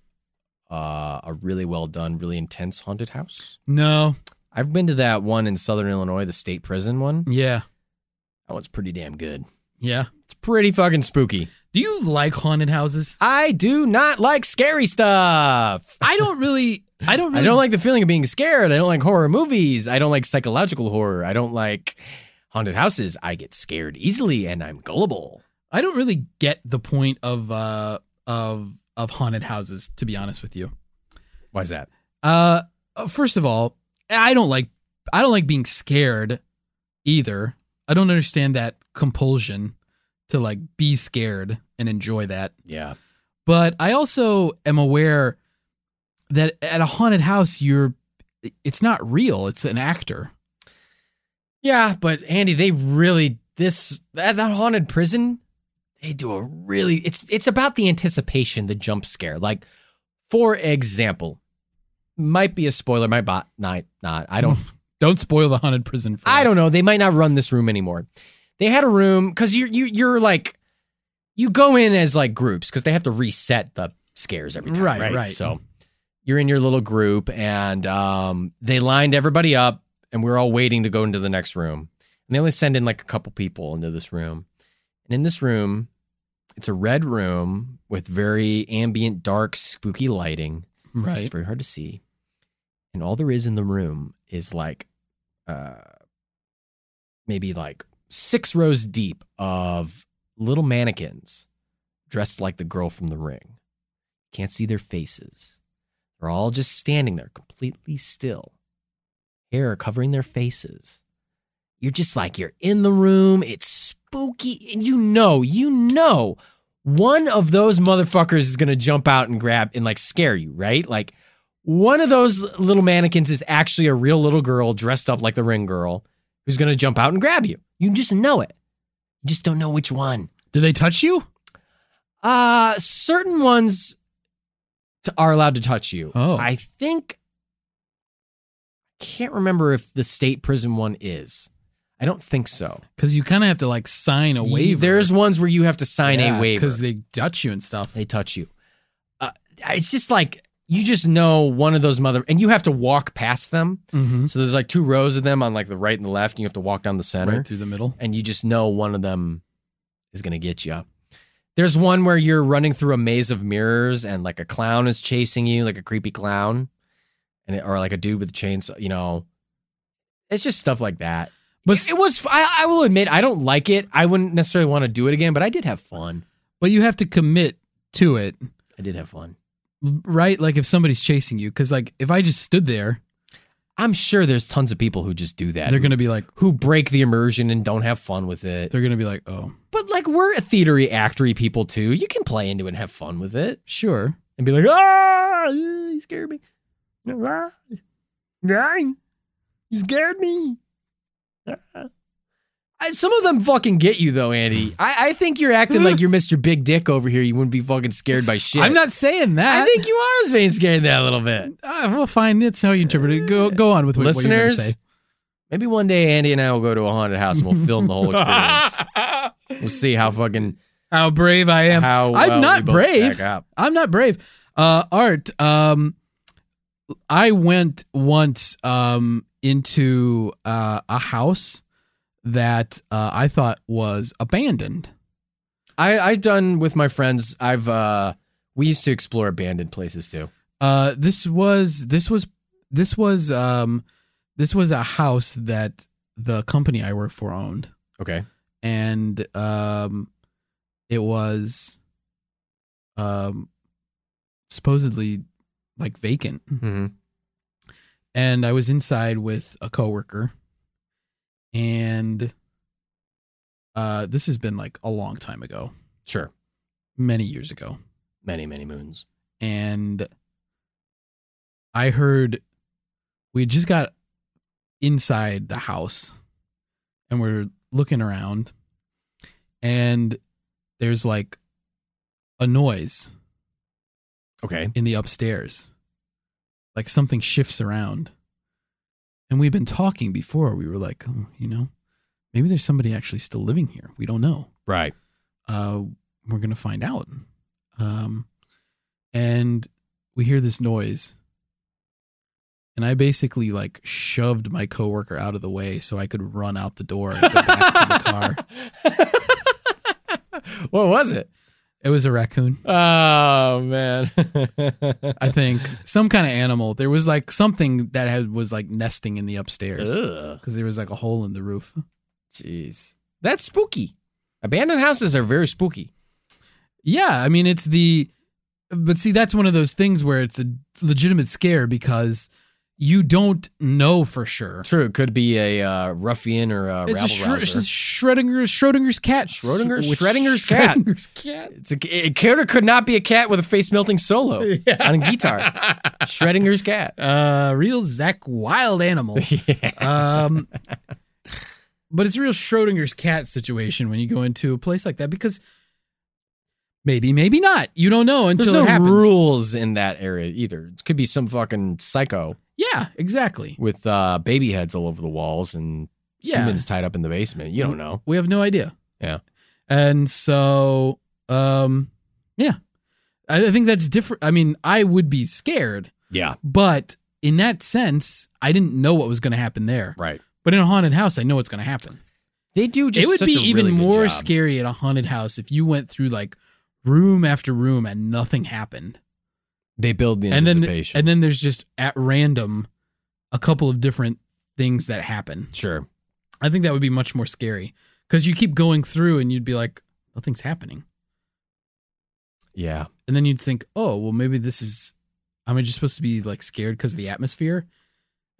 Speaker 2: uh, a really well done, really intense haunted house?
Speaker 1: No.
Speaker 2: I've been to that one in Southern Illinois, the state prison one.
Speaker 1: Yeah.
Speaker 2: That one's pretty damn good.
Speaker 1: Yeah.
Speaker 2: It's pretty fucking spooky.
Speaker 1: Do you like haunted houses?
Speaker 2: I do not like scary stuff.
Speaker 1: I don't really. I don't
Speaker 2: I
Speaker 1: really.
Speaker 2: don't like the feeling of being scared. I don't like horror movies. I don't like psychological horror. I don't like haunted houses. I get scared easily and I'm gullible.
Speaker 1: I don't really get the point of uh of of haunted houses. To be honest with you.
Speaker 2: Why's that?
Speaker 1: Uh, first of all, I don't like I don't like being scared either. I don't understand that compulsion to like be scared and enjoy that.
Speaker 2: Yeah.
Speaker 1: but I also am aware that at a haunted house, you're it's not real. It's an actor.
Speaker 2: Yeah, but Andy, they really this that, that haunted prison, they do a really it's it's about the anticipation, the jump scare. Like for example, might be a spoiler, might bot not not. I don't
Speaker 1: Don't spoil the haunted prison. For
Speaker 2: I
Speaker 1: us.
Speaker 2: don't know. They might not run this room anymore. They had a room because you you you're like you go in as like groups because they have to reset the scares every time.
Speaker 1: Right,
Speaker 2: Right,
Speaker 1: right.
Speaker 2: So you're in your little group, and um, they lined everybody up, and we are all waiting to go into the next room. And they only send in like a couple people into this room, and in this room, it's a red room with very ambient, dark, spooky lighting. It's
Speaker 1: Right.
Speaker 2: very hard to see. And all there is in the room is like uh maybe like six rows deep of little mannequins dressed like the girl from the ring. Can't see their faces. They're all just standing there completely still. Hair covering their faces. You're just like you're in the room, it's spooky, and you know, you know one of those motherfuckers is gonna jump out and grab and like scare you, right? Like one of those little mannequins is actually a real little girl dressed up like the ring girl who's gonna jump out and grab you. You just know it. You just don't know which one.
Speaker 1: Did they touch you?
Speaker 2: Uh certain ones t- are allowed to touch you.
Speaker 1: Oh.
Speaker 2: I think I can't remember if the state prison one is. I don't think so.
Speaker 1: Because you kind of have to like sign a waiver.
Speaker 2: There's ones where you have to sign a waiver
Speaker 1: because they touch you and stuff.
Speaker 2: they touch you. Uh, it's just like you just know one of those mother, and you have to walk past them.
Speaker 1: Mm-hmm.
Speaker 2: So there's like two rows of them on like the right and the left, and you have to walk down the center,
Speaker 1: Right through the middle.
Speaker 2: and you just know one of them is gonna get you. There's one where you're running through a maze of mirrors, and like a clown is chasing you, like a creepy clown, and it, or like a dude with a chainsaw. You know, it's just stuff like that.
Speaker 1: But
Speaker 2: It was. I, I will admit, I don't like it. I wouldn't necessarily want to do it again, but I did have fun.
Speaker 1: but you have to commit to it,
Speaker 2: I did have fun.
Speaker 1: right? Like if somebody's chasing you, because like if I just stood there,
Speaker 2: I'm sure there's tons of people who just do that.
Speaker 1: They're gonna be like,
Speaker 2: who break the immersion and don't have fun with it.
Speaker 1: they're gonna be like, oh,
Speaker 2: But like we're a theatery, actory people too. You can play into it and have fun with it
Speaker 1: sure.
Speaker 2: and be like, ah, uh, he scared me. Ah, Dying. He scared me. Ah." I, some of them fucking get you though, Andy. I, I think you're acting like you're Mr. Big Dick over here. You wouldn't be fucking scared by shit.
Speaker 1: I'm not saying that.
Speaker 2: I think you are being scared that a little bit.
Speaker 1: Ah, well, fine. That's how you interpret it. Go go on with what, what you're gonna
Speaker 2: Listeners,
Speaker 1: say.
Speaker 2: maybe one day Andy and I will go to a haunted house and we'll film the whole experience. we'll see how fucking
Speaker 1: How brave I am.
Speaker 2: how
Speaker 1: I'm
Speaker 2: well
Speaker 1: not
Speaker 2: we both
Speaker 1: brave.
Speaker 2: stack up.
Speaker 1: I'm not brave. Uh, Art, um, I went once um, into uh, a house that uh, I thought was abandoned.
Speaker 2: I I've done with my friends. I've uh we used to explore abandoned places too.
Speaker 1: Uh, this was this was this was um, this was a house that the company I work for owned,
Speaker 2: Okay.
Speaker 1: and um, it was um, supposedly like vacant.
Speaker 2: Mm-hmm.
Speaker 1: and I was inside with a coworker, and uh, this has been like a long time ago,
Speaker 2: Sure.
Speaker 1: many years ago,
Speaker 2: Many many moons.
Speaker 1: and I heard we had just got inside the house, and we're looking around, and there's like a noise
Speaker 2: Okay.
Speaker 1: in the upstairs. Like something shifts around. And we've been talking before. We were like, oh, you know, maybe there's somebody actually still living here. We don't know.
Speaker 2: Right.
Speaker 1: Uh, we're going to find out. Um, and we hear this noise. And I basically like shoved my coworker out of the way so I could run out the door and go back to the car.
Speaker 2: What was it?
Speaker 1: It was a raccoon.
Speaker 2: Oh man.
Speaker 1: I think some kind of animal. There was like something that had was like nesting in the upstairs.
Speaker 2: Ugh.
Speaker 1: because there was like a hole in the roof.
Speaker 2: Jeez. That's spooky. Abandoned houses are very spooky.
Speaker 1: Yeah, I mean it's the but see that's one of those things where it's a legitimate scare because you don't know for sure.
Speaker 2: True. It could be a uh, ruffian or a
Speaker 1: It's a,
Speaker 2: rabble
Speaker 1: Schro- it's
Speaker 2: rouser.
Speaker 1: a Schrodinger's Schrodinger's cat.
Speaker 2: Schrodinger's-
Speaker 1: With
Speaker 2: Schrodinger's cat.
Speaker 1: Schrodinger's cat.
Speaker 2: It's a, it could or could not be a cat with a face melting solo on a guitar. Schrodinger's cat.
Speaker 1: Uh, real Zach wild animal. Um, but it's a real Schrodinger's cat situation when you go into a place like that because maybe, maybe not. You don't know
Speaker 2: There's
Speaker 1: until
Speaker 2: no
Speaker 1: it happens.
Speaker 2: rules in that area either. It could be some fucking psycho
Speaker 1: Yeah, exactly.
Speaker 2: with uh, baby heads all over the walls and
Speaker 1: Yeah.
Speaker 2: humans tied up in the basement. You don't know.
Speaker 1: We have no idea.
Speaker 2: Yeah.
Speaker 1: And so, um, yeah, I, I think that's different. I mean, I would be scared,
Speaker 2: Yeah.
Speaker 1: but in that sense, I didn't know what was going to happen there.
Speaker 2: Right.
Speaker 1: But in a haunted house, I know what's going to happen.
Speaker 2: They do just
Speaker 1: it would
Speaker 2: such
Speaker 1: be
Speaker 2: a
Speaker 1: even
Speaker 2: really good
Speaker 1: more
Speaker 2: job.
Speaker 1: scary at a haunted house if you went through like room after room and nothing happened.
Speaker 2: They build the
Speaker 1: And then,
Speaker 2: anticipation.
Speaker 1: and then there's just at random a couple of different things that happen.
Speaker 2: sure.
Speaker 1: I think that would be much more scary because you keep going through and you'd be like, nothing's happening.
Speaker 2: Yeah.
Speaker 1: And then you'd think, oh, well, maybe this is, am I just supposed to be like scared because of the atmosphere?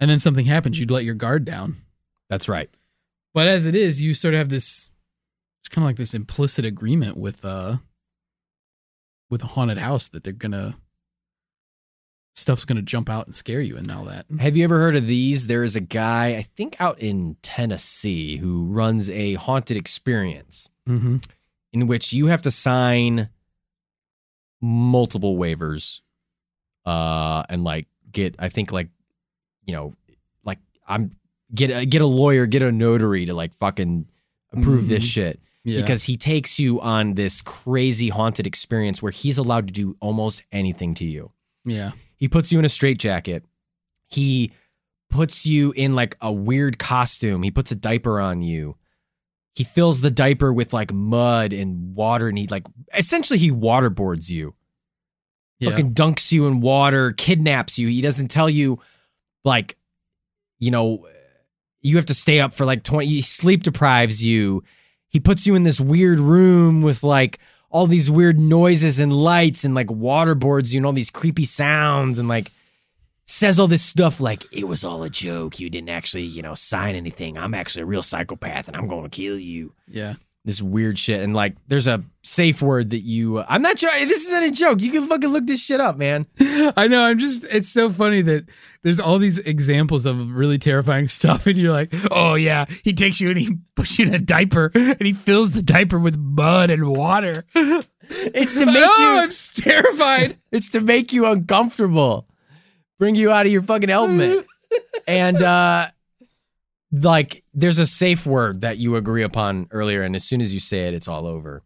Speaker 1: And then something happens, you'd let your guard down.
Speaker 2: That's right.
Speaker 1: But as it is, you sort of have this, it's kind of like this implicit agreement with, uh, with a haunted house that they're gonna, stuff's gonna jump out and scare you and all that.
Speaker 2: Have you ever heard of these? There is a guy, I think out in Tennessee, who runs a haunted experience
Speaker 1: Mm-hmm.
Speaker 2: in which you have to sign multiple waivers uh and like get I think like you know like I'm get a, get a lawyer, get a notary to like fucking approve this
Speaker 1: Mhm.
Speaker 2: shit
Speaker 1: Yeah.
Speaker 2: because he takes you on this crazy haunted experience where he's allowed to do almost anything to you.
Speaker 1: yeah.
Speaker 2: He puts you in a straitjacket. He puts you in like a weird costume. He puts a diaper on you. He fills the diaper with like mud and water and he like essentially he waterboards you.
Speaker 1: Yeah.
Speaker 2: Fucking dunks you in water, kidnaps you. He doesn't tell you like you know you have to stay up for like 20 he sleep deprives you. He puts you in this weird room with like all these weird noises and lights and like waterboards you and all these creepy sounds and like says all this stuff like it was all a joke. You didn't actually, you know, sign anything. I'm actually a real psychopath, and I'm going to kill you.
Speaker 1: Yeah.
Speaker 2: This weird shit, and like, there's a safe word that you. uh, I'm not trying. This isn't a joke. You can fucking look this shit up, man.
Speaker 1: I know. I'm just, it's so funny that there's all these examples of really terrifying stuff. And you're like, oh, yeah, he takes you and he puts you in a diaper and he fills the diaper with mud and water.
Speaker 2: It's to make
Speaker 1: oh,
Speaker 2: you.
Speaker 1: I'm terrified.
Speaker 2: It's to make you uncomfortable, bring you out of your fucking element. and uh like there's a safe word that you agree upon earlier and as soon as you say it it's all over.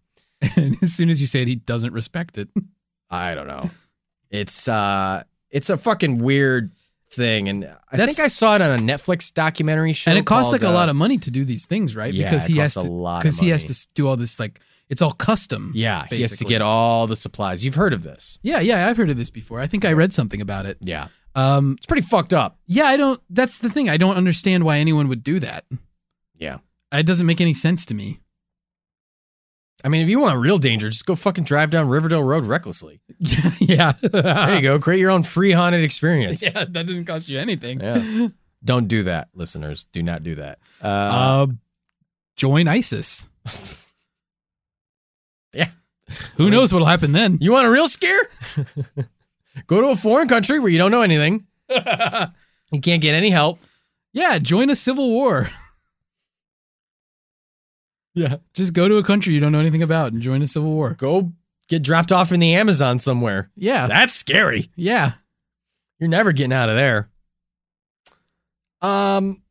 Speaker 1: and as soon as you say it, he doesn't respect it.
Speaker 2: I don't know. It's uh it's a fucking weird thing and I
Speaker 1: That's-
Speaker 2: think I saw it on a Netflix documentary show.
Speaker 1: and it costs
Speaker 2: called,
Speaker 1: like a
Speaker 2: uh,
Speaker 1: lot of money to do these things, right?
Speaker 2: yeah,
Speaker 1: because
Speaker 2: it
Speaker 1: he has
Speaker 2: costs a
Speaker 1: to,
Speaker 2: lot of
Speaker 1: because he has
Speaker 2: money.
Speaker 1: to do all this, like, it's all custom.
Speaker 2: Yeah, he has to
Speaker 1: basically.
Speaker 2: get all the supplies. You've heard of this.
Speaker 1: Yeah. Yeah. I've heard of this before. I think I read something about it.
Speaker 2: Yeah.
Speaker 1: Um,
Speaker 2: It's pretty fucked up.
Speaker 1: Yeah, I don't. That's the thing. I don't understand why anyone would do that.
Speaker 2: Yeah.
Speaker 1: It doesn't make any sense to me.
Speaker 2: I mean, if you want real danger, just go fucking drive down Riverdale Road recklessly.
Speaker 1: yeah.
Speaker 2: There you go. Create your own free haunted experience.
Speaker 1: Yeah, that doesn't cost you anything.
Speaker 2: Yeah. Don't do that, listeners. Do not do that. Uh,
Speaker 1: Uh, join ISIS.
Speaker 2: Yeah.
Speaker 1: Who knows what'll happen then?
Speaker 2: you want a real scare? Go to a foreign country where you don't know anything. you can't get any help.
Speaker 1: Yeah, join a civil war.
Speaker 2: Yeah.
Speaker 1: Just go to a country you don't know anything about and join a civil war.
Speaker 2: Go get dropped off in the Amazon somewhere.
Speaker 1: Yeah.
Speaker 2: That's scary.
Speaker 1: Yeah.
Speaker 2: You're never getting out of there. Um.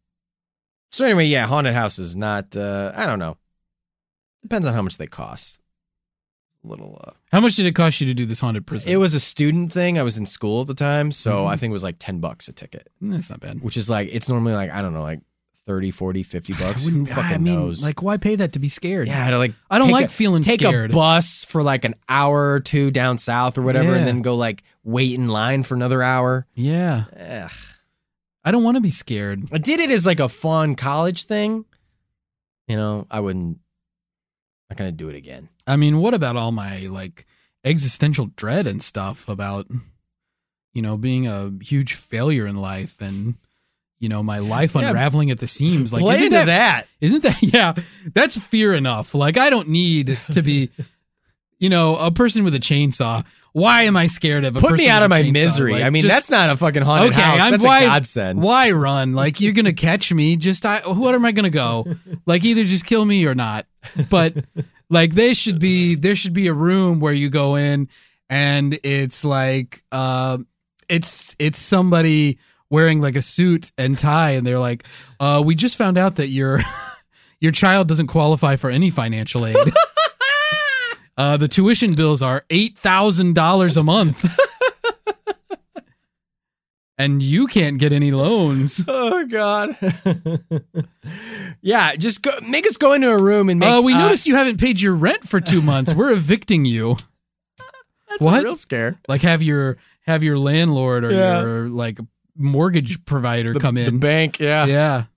Speaker 2: So anyway, yeah, haunted houses. Not. Uh, I don't know. Depends on how much they cost. Little. Uh,
Speaker 1: How much did it cost you to do this haunted prison?
Speaker 2: it was a student thing. I was in school at the time, so I think it was like ten bucks a ticket.
Speaker 1: That's not bad.
Speaker 2: which is like it's normally like i don't know like 30 40 50 bucks Who
Speaker 1: Wouldn't-
Speaker 2: fucking
Speaker 1: I mean,
Speaker 2: knows
Speaker 1: like, why pay that to be scared?
Speaker 2: yeah to like
Speaker 1: I don't
Speaker 2: take
Speaker 1: like
Speaker 2: a,
Speaker 1: feeling
Speaker 2: take
Speaker 1: scared.
Speaker 2: a bus for like an hour or two down south or whatever
Speaker 1: Yeah.
Speaker 2: and then go like wait in line for another hour
Speaker 1: yeah.
Speaker 2: Ugh.
Speaker 1: I don't want to be scared.
Speaker 2: i did it as like a fun college thing you know i wouldn't not gonna do it again
Speaker 1: I mean, what about all my like existential dread and stuff about you know being a huge failure in life and you know my life
Speaker 2: Yeah.
Speaker 1: unraveling at the seams? Like,
Speaker 2: play
Speaker 1: isn't
Speaker 2: into
Speaker 1: that,
Speaker 2: that,
Speaker 1: Isn't that yeah? That's fear enough. Like, I don't need to be, you know, a person with a chainsaw. Why am I scared of a
Speaker 2: put
Speaker 1: person
Speaker 2: me out
Speaker 1: with
Speaker 2: of
Speaker 1: a
Speaker 2: my
Speaker 1: chainsaw?
Speaker 2: misery
Speaker 1: Like,
Speaker 2: i mean
Speaker 1: just-
Speaker 2: that's not a fucking haunted house that's
Speaker 1: why,
Speaker 2: a godsend
Speaker 1: Why run? Like you're gonna catch me. Just I, where am I gonna go? Like either just kill me or not. But like they should be, there should be a room where you go in, and it's like, uh, it's it's somebody wearing like a suit and tie, and they're like, uh, we just found out that your your child doesn't qualify for any financial aid. Uh, the tuition bills are eight thousand dollars a month and you can't get any loans.
Speaker 2: Oh God! yeah, just go, make us go into a room and make.
Speaker 1: uh, we noticed you haven't paid your rent for two months. We're evicting you.
Speaker 2: that's
Speaker 1: what?
Speaker 2: a real scare.
Speaker 1: Like have your have your landlord or
Speaker 2: Yeah.
Speaker 1: your like mortgage provider come in.
Speaker 2: the bank. Yeah,
Speaker 1: yeah,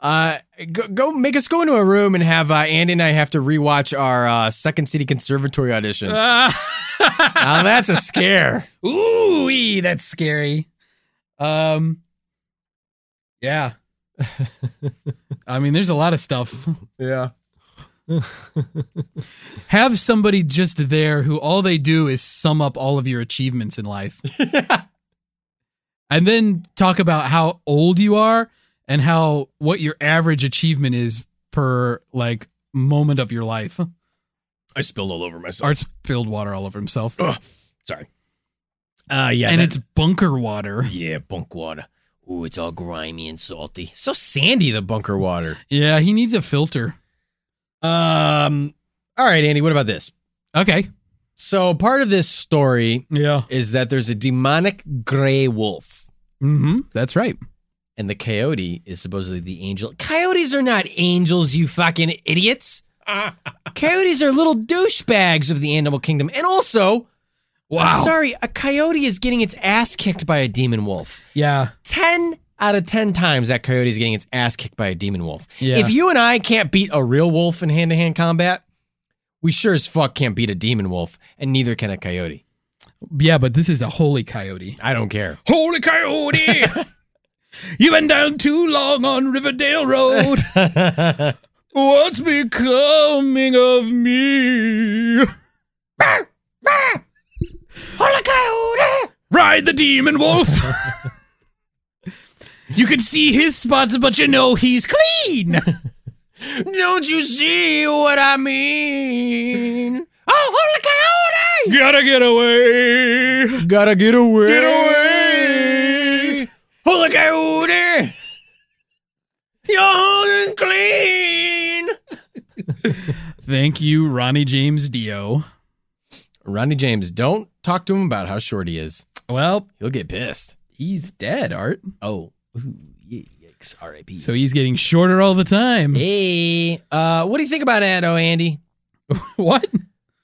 Speaker 2: Uh, go, go make us go into a room and have uh, Andy and I have to rewatch our uh, Second City Conservatory audition. now that's a scare.
Speaker 1: ooh, wee, that's scary. Um, yeah. I mean, there's a lot of stuff.
Speaker 2: Yeah.
Speaker 1: Have somebody just there who all they do is sum up all of your achievements in life. And then talk about how old you are and how what your average achievement is per like moment of your life.
Speaker 2: I spilled all over myself.
Speaker 1: Art spilled water all over himself.
Speaker 2: Sorry. Uh, yeah,
Speaker 1: and
Speaker 2: that-
Speaker 1: it's bunker water.
Speaker 2: yeah, bunk water. Ooh, it's all grimy and salty. So sandy, the bunker water.
Speaker 1: Yeah, he needs a filter.
Speaker 2: Um. All right, Andy. What about this?
Speaker 1: Okay.
Speaker 2: So part of this story
Speaker 1: Yeah.
Speaker 2: is that there's a demonic gray wolf,
Speaker 1: Mm-hmm. That's right.
Speaker 2: and the coyote is supposedly the angel. Coyotes are not angels, you fucking idiots. Coyotes are little douchebags of the animal kingdom. And also, I'm sorry, a coyote is getting its ass kicked by a demon wolf.
Speaker 1: Yeah.
Speaker 2: 10 out of 10 times that coyote is getting its ass kicked by a demon wolf.
Speaker 1: Yeah.
Speaker 2: If you and I can't beat a real wolf in hand to hand combat, we sure as fuck can't beat a demon wolf, and neither can a coyote.
Speaker 1: Yeah, but this is a holy coyote.
Speaker 2: I don't care.
Speaker 1: Holy coyote! You've been down too long on Riverdale Road. What's becoming of me? Holy coyote! Ride the demon wolf. you can see his spots, but you know he's clean.
Speaker 2: Don't you see what I mean?
Speaker 1: Oh, holy coyote! Gotta get away.
Speaker 3: Gotta get away.
Speaker 1: Get away.
Speaker 2: Holy coyote! You're holding clean!
Speaker 1: Thank you, Ronnie James Dio.
Speaker 2: Ronnie James, don't talk to him about how short he is.
Speaker 1: Well,
Speaker 2: He'll get pissed.
Speaker 1: he's dead, Art.
Speaker 2: Oh, Ooh, yikes. R.I.P.
Speaker 1: So he's getting shorter all the time.
Speaker 2: hey, uh, what do you think about that, oh, Andy?
Speaker 1: what?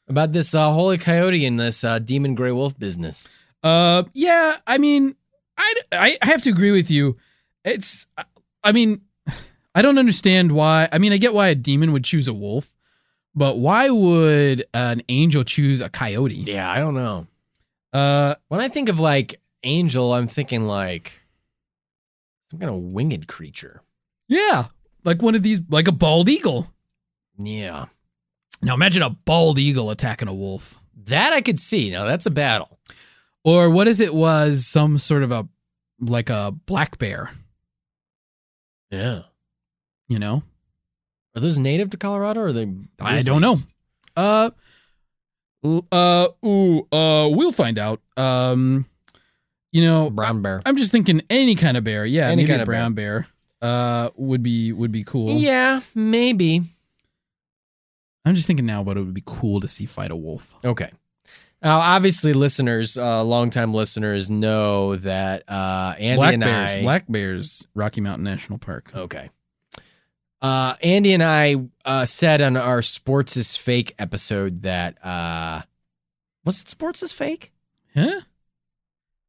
Speaker 2: About this uh, holy coyote and this uh, demon gray wolf business?
Speaker 1: Uh, yeah. I mean, I I I have to agree with you. It's, I mean, I don't understand why. I mean, I get why a demon would choose a wolf, but why would an angel choose a coyote?
Speaker 2: Yeah, I don't know.
Speaker 1: Uh,
Speaker 2: When I think of like angel, I'm thinking like some kind of winged creature.
Speaker 1: yeah, like one of these, like a bald eagle.
Speaker 2: Yeah,
Speaker 1: Now imagine a bald eagle attacking a wolf.
Speaker 2: that I could see. Now that's a battle.
Speaker 1: Or what if it was some sort of a like a black bear,
Speaker 2: Yeah.
Speaker 1: you know?
Speaker 2: Are those native to Colorado or are they?
Speaker 1: I don't know. Uh l- uh ooh, uh we'll find out. Um you know,
Speaker 2: Brown bear.
Speaker 1: I'm just thinking any kind of bear. Yeah,
Speaker 2: Any
Speaker 1: maybe
Speaker 2: kind
Speaker 1: a
Speaker 2: of
Speaker 1: brown bear. uh would be would be cool.
Speaker 2: Yeah, maybe.
Speaker 1: I'm just thinking now but it would be cool to see fight a wolf.
Speaker 2: Okay. Now, obviously, listeners, uh, longtime listeners know that uh, Andy
Speaker 1: black
Speaker 2: and
Speaker 1: bears,
Speaker 2: I.
Speaker 1: black bears, Rocky Mountain National Park.
Speaker 2: Okay. Uh, Andy and I uh, said on our Sports is Fake episode that. Uh, was it Sports is Fake?
Speaker 1: Huh?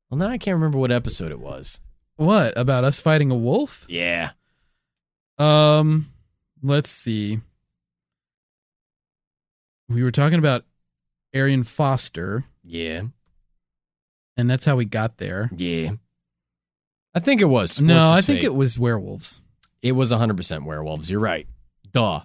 Speaker 2: Well, now I can't remember what episode it was.
Speaker 1: What about us fighting a wolf?
Speaker 2: Yeah.
Speaker 1: Um, let's see. We were talking about Arian Foster,
Speaker 2: Yeah.
Speaker 1: and that's how we got there.
Speaker 2: Yeah. I think it was. Sports
Speaker 1: no,
Speaker 2: is
Speaker 1: I think
Speaker 2: Fake.
Speaker 1: it was werewolves.
Speaker 2: It was 100% werewolves. You're right. Duh.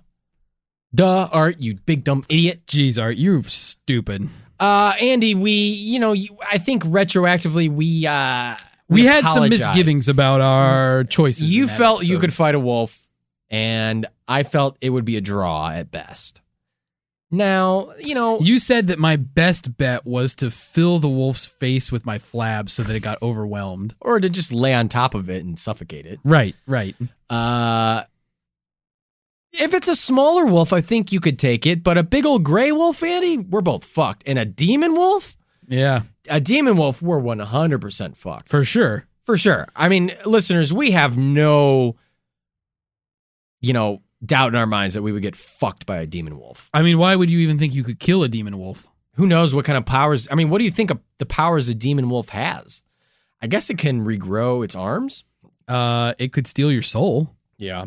Speaker 2: Duh, Art, you big dumb idiot.
Speaker 1: Jeez, Art, you're stupid.
Speaker 2: Uh, Andy, we, you know, you, I think retroactively we, uh,
Speaker 1: We, had some
Speaker 2: apologize.
Speaker 1: misgivings about our choices.
Speaker 2: You
Speaker 1: in that
Speaker 2: felt you
Speaker 1: episode.
Speaker 2: could fight a wolf, and I felt it would be a draw at best. Now, you know,
Speaker 1: You said that my best bet was to fill the wolf's face with my flab so that it got overwhelmed.
Speaker 2: or to just lay on top of it and suffocate it.
Speaker 1: Right, right.
Speaker 2: Uh, if it's a smaller wolf, I think you could take it, but a big old gray wolf, Andy, we're both fucked. And a demon wolf,
Speaker 1: Yeah,
Speaker 2: a demon wolf, we're 100% fucked.
Speaker 1: for sure.
Speaker 2: For sure. I mean, listeners, we have no, you know, doubt in our minds that we would get fucked by a demon wolf.
Speaker 1: I mean, why would you even think you could kill a demon wolf?
Speaker 2: Who knows what kind of powers? I mean, what do you think of the powers a demon wolf has? I guess it can regrow its arms.
Speaker 1: Uh, it could steal your soul.
Speaker 2: Yeah.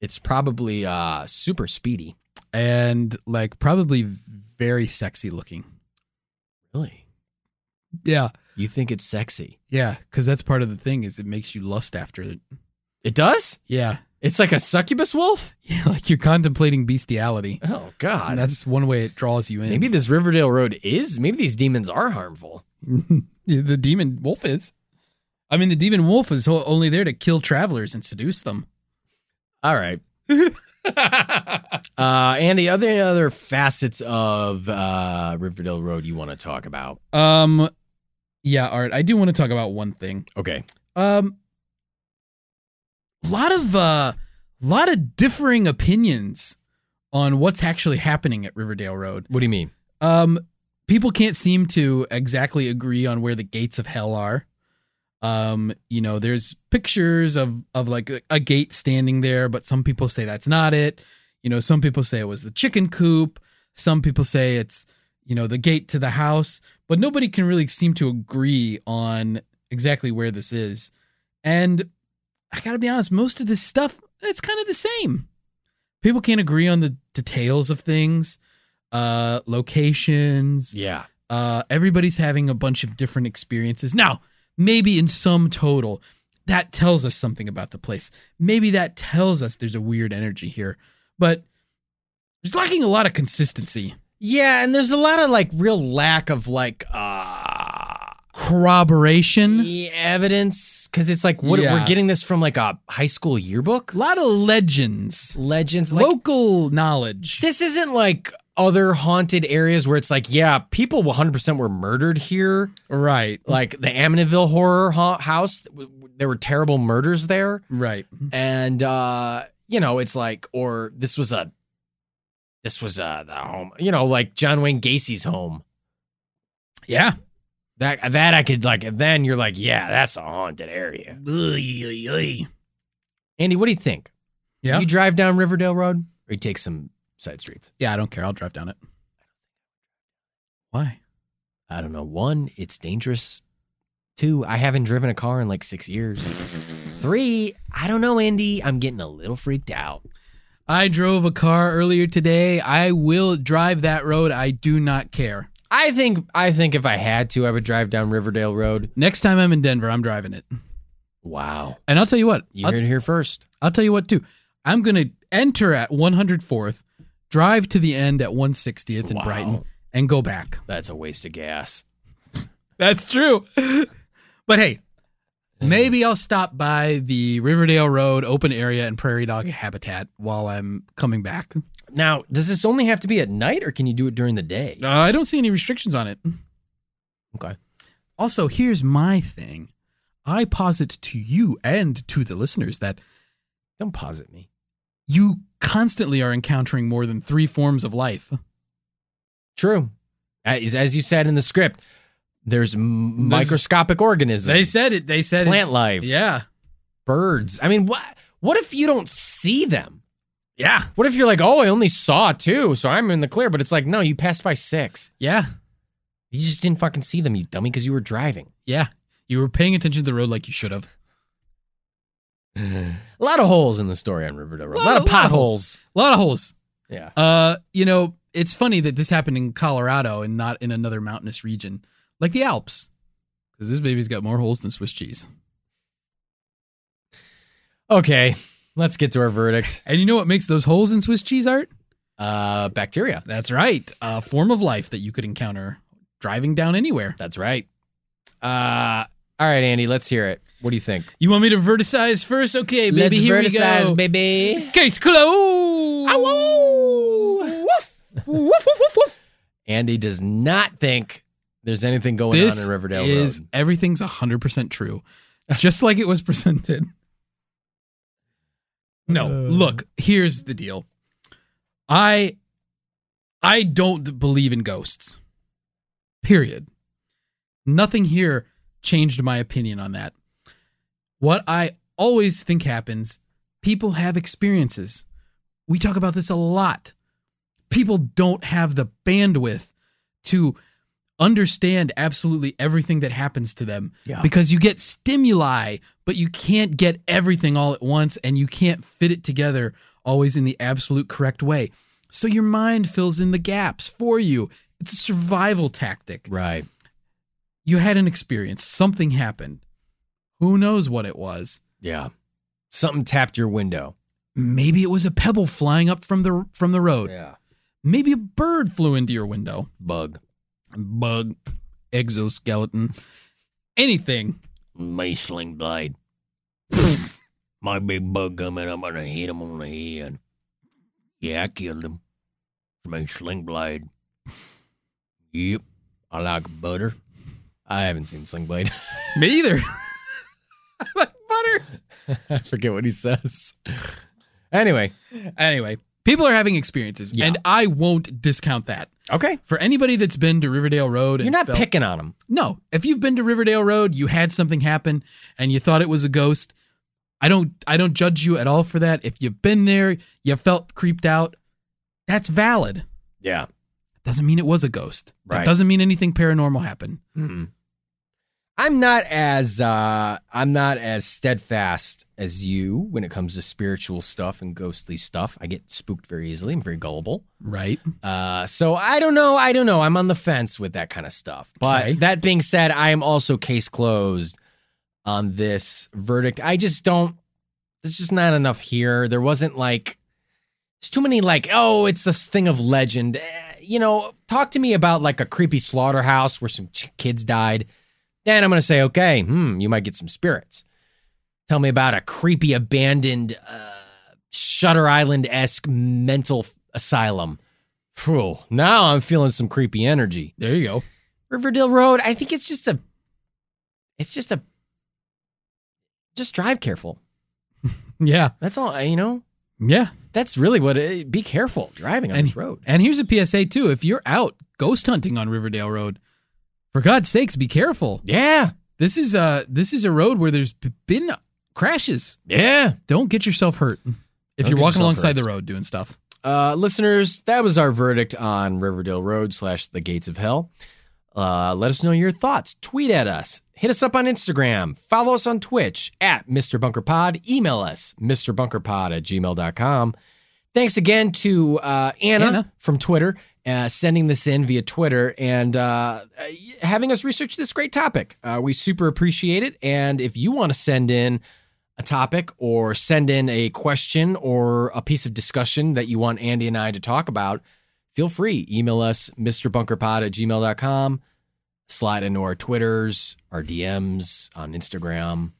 Speaker 2: It's probably uh, super speedy.
Speaker 1: and like probably very sexy looking.
Speaker 2: Really?
Speaker 1: Yeah,
Speaker 2: You think it's sexy?
Speaker 1: yeah, because that's part of the thing is it makes you lust after it.
Speaker 2: It does?
Speaker 1: Yeah,
Speaker 2: It's like a succubus wolf?
Speaker 1: yeah, like you're contemplating bestiality.
Speaker 2: Oh,
Speaker 1: And
Speaker 2: God.
Speaker 1: that's one way it draws you in.
Speaker 2: maybe this Riverdale Road is, maybe these demons are harmful.
Speaker 1: Yeah, the demon wolf is. I mean, the demon wolf is o- only there to kill travelers and seduce them.
Speaker 2: All right. uh, Andy, are there any other facets of uh, Riverdale Road you want to talk about?
Speaker 1: Um, yeah, Art. I do want to talk about one thing.
Speaker 2: Okay.
Speaker 1: Um, a lot of uh, lot of differing opinions on what's actually happening at Riverdale Road.
Speaker 2: What do you mean?
Speaker 1: Um, people can't seem to exactly agree on where the gates of hell are. Um, you know, there's pictures of of like a, a gate standing there, but some people say that's not it. You know, some people say it was the chicken coop. Some people say it's you know the gate to the house, but nobody can really seem to agree on exactly where this is. And I gotta be honest, most of this stuff it's kind of the same. People can't agree on the details of things, uh, locations,
Speaker 2: Yeah.
Speaker 1: Uh, everybody's having a bunch of different experiences. Now, maybe in some total, that tells us something about the place. Maybe that tells us there's a weird energy here, but there's lacking a lot of consistency.
Speaker 2: Yeah, and there's a lot of like real lack of like uh
Speaker 1: Corroboration, a
Speaker 2: evidence because it's like what
Speaker 1: Yeah.
Speaker 2: we're getting this from like a high school yearbook
Speaker 1: lot of legends,
Speaker 2: legends like
Speaker 1: local knowledge.
Speaker 2: this isn't like other haunted areas where it's like yeah people 100% were murdered here
Speaker 1: right,
Speaker 2: like the Amityville horror ha- house w- w- there were terrible murders there
Speaker 1: right.
Speaker 2: and uh you know it's like or this was a this was uh the home you know like John Wayne Gacy's home
Speaker 1: Yeah.
Speaker 2: that that I could like then you're like yeah that's a haunted area Andy what do you think
Speaker 1: Yeah.
Speaker 2: You drive down Riverdale Road or you take some side streets?
Speaker 1: Yeah, I don't care. I'll drive down it. Why?
Speaker 2: I don't know. One, it's dangerous. Two, I haven't driven a car in like six years. Three, I don't know, Andy. I'm getting a little freaked out.
Speaker 1: I drove a car earlier today. I will drive that road. I do not care.
Speaker 2: I think I think if I had to, I would drive down Riverdale Road.
Speaker 1: Next time I'm in Denver, I'm driving it.
Speaker 2: Wow.
Speaker 1: And I'll tell you what.
Speaker 2: You
Speaker 1: I'll,
Speaker 2: heard it here first.
Speaker 1: I'll tell you what too. I'm gonna enter at 104th, drive to the end at 160th in
Speaker 2: Wow.
Speaker 1: Brighton, and go back.
Speaker 2: That's a waste of gas.
Speaker 1: That's true. but hey, maybe I'll stop by the Riverdale Road open area and prairie dog habitat while I'm coming back.
Speaker 2: Now, does this only have to be at night or can you do it during the day?
Speaker 1: Uh, I don't see any restrictions on it.
Speaker 2: Okay.
Speaker 1: Also, here's my thing. I posit to you and to the listeners that
Speaker 2: Don't posit me.
Speaker 1: you constantly are encountering more than three forms of life.
Speaker 2: True. As, as you said in the script, there's m-
Speaker 1: There's-
Speaker 2: microscopic organisms.
Speaker 1: They said it. They said
Speaker 2: Plant life.
Speaker 1: it. Yeah.
Speaker 2: birds. I mean, what what if you don't see them?
Speaker 1: Yeah.
Speaker 2: What if you're like, oh, I only saw two, so I'm in the clear? But it's like, no, you passed by six.
Speaker 1: Yeah.
Speaker 2: You just didn't fucking see them, you dummy, because you were driving.
Speaker 1: Yeah. You were paying attention to the road like you should have.
Speaker 2: A lot of holes in the story on Riverdale Road. A
Speaker 1: Lot-
Speaker 2: lot of
Speaker 1: lot of
Speaker 2: potholes.
Speaker 1: A lot of holes.
Speaker 2: Yeah.
Speaker 1: Uh, you know, it's funny that this happened in Colorado and not in another mountainous region like the Alps, because this baby's got more holes than Swiss cheese.
Speaker 2: Okay, let's get to our verdict.
Speaker 1: And you know what makes those holes in Swiss cheese art?
Speaker 2: Uh, bacteria.
Speaker 1: That's right. A form of life that you could encounter driving down anywhere.
Speaker 2: That's right. Uh, all right, Andy, let's hear it. What do you think?
Speaker 1: You want me to verticize first? Okay, baby,
Speaker 2: let's
Speaker 1: here
Speaker 2: verticize,
Speaker 1: we go.
Speaker 2: baby.
Speaker 1: Case closed. Woof, woof, woof, woof, woof.
Speaker 2: Andy does not think there's anything going on
Speaker 1: This
Speaker 2: in Riverdale
Speaker 1: is
Speaker 2: Road.
Speaker 1: everything's 100% true, just like it was presented. No,
Speaker 2: Uh.
Speaker 1: look, here's the deal. I I don't believe in ghosts. Period. Nothing here changed my opinion on that. What I always think happens, people have experiences. We talk about this a lot. People don't have the bandwidth to understand absolutely everything that happens to them
Speaker 2: Yeah.
Speaker 1: because you get stimuli, but you can't get everything all at once and you can't fit it together always in the absolute correct way. So your mind fills in the gaps for you. It's a survival tactic
Speaker 2: Right.
Speaker 1: you had an experience, something happened. Who knows what it was?
Speaker 2: Yeah. Something tapped your window.
Speaker 1: Maybe it was a pebble flying up from the from the road.
Speaker 2: Yeah.
Speaker 1: Maybe a bird flew into your window.
Speaker 2: Bug.
Speaker 1: Bug, exoskeleton, anything.
Speaker 2: Maceling blade. My big bug coming, I'm gonna hit him on the head. Yeah, I killed him. My sling blade. Yep. I like butter. I haven't seen Sling Blade.
Speaker 1: Me either. like butter.
Speaker 2: I forget what he says. Anyway.
Speaker 1: Anyway, people are having experiences,
Speaker 2: Yeah.
Speaker 1: and I won't discount that.
Speaker 2: Okay.
Speaker 1: For anybody that's been to Riverdale Road, and
Speaker 2: You're not
Speaker 1: felt-
Speaker 2: picking on him.
Speaker 1: No, if you've been to Riverdale Road, you had something happen and you thought it was a ghost. I don't I don't judge you at all for that. If you've been there, you felt creeped out, that's valid.
Speaker 2: Yeah.
Speaker 1: Doesn't mean it was a ghost. That
Speaker 2: Right. Mm-hmm.
Speaker 1: doesn't mean anything paranormal happened.
Speaker 2: I'm not as uh, I'm not as steadfast as you when it comes to spiritual stuff and ghostly stuff. I get spooked very easily. I'm very gullible.
Speaker 1: Right.
Speaker 2: Uh, so I don't know. I don't know. I'm on the fence with that kind of stuff. But
Speaker 1: Okay.
Speaker 2: that being said, I am also case closed on this verdict. I just don't. There's just not enough here. There wasn't like. There's too many like. Oh, it's this thing of legend. Eh, You know, talk to me about like a creepy slaughterhouse where some ch- kids died. Then I'm gonna say, okay, hmm, you might get some spirits. Tell me about a creepy abandoned uh, Shutter Island esque mental f- asylum. Phew, now I'm feeling some creepy energy.
Speaker 1: There you go.
Speaker 2: Riverdale Road, I think it's just a it's just a just drive careful.
Speaker 1: Yeah.
Speaker 2: That's all, I- you know.
Speaker 1: Yeah.
Speaker 2: That's really what it, be careful driving on
Speaker 1: And-
Speaker 2: this road.
Speaker 1: And here's a PSA too. If you're out ghost hunting on Riverdale Road, for God's sakes, be careful.
Speaker 2: Yeah.
Speaker 1: This is uh this is a road where there's b- been crashes.
Speaker 2: Yeah.
Speaker 1: Don't get yourself hurt if
Speaker 2: Don't
Speaker 1: you're
Speaker 2: get
Speaker 1: walking
Speaker 2: yourself
Speaker 1: alongside
Speaker 2: hurt.
Speaker 1: the road doing stuff.
Speaker 2: Uh listeners, that was our verdict on Riverdale Road slash the gates of hell. Uh let us know your thoughts. Tweet at us. Hit us up on Instagram. Follow us on Twitch at Mr. Bunker Pod. Email us, MrBunkerPod at gmail.com. Thanks again to uh, Anna,
Speaker 1: Anna.
Speaker 2: from Twitter, uh, sending this in via Twitter and uh, uh, having us research this great topic. Uh, we super appreciate it. And if you want to send in a topic or send in a question or a piece of discussion that you want Andy and I to talk about, feel free. Email us, MrBunkerPod at gmail.com. Slide into our Twitters, our DMs on Instagram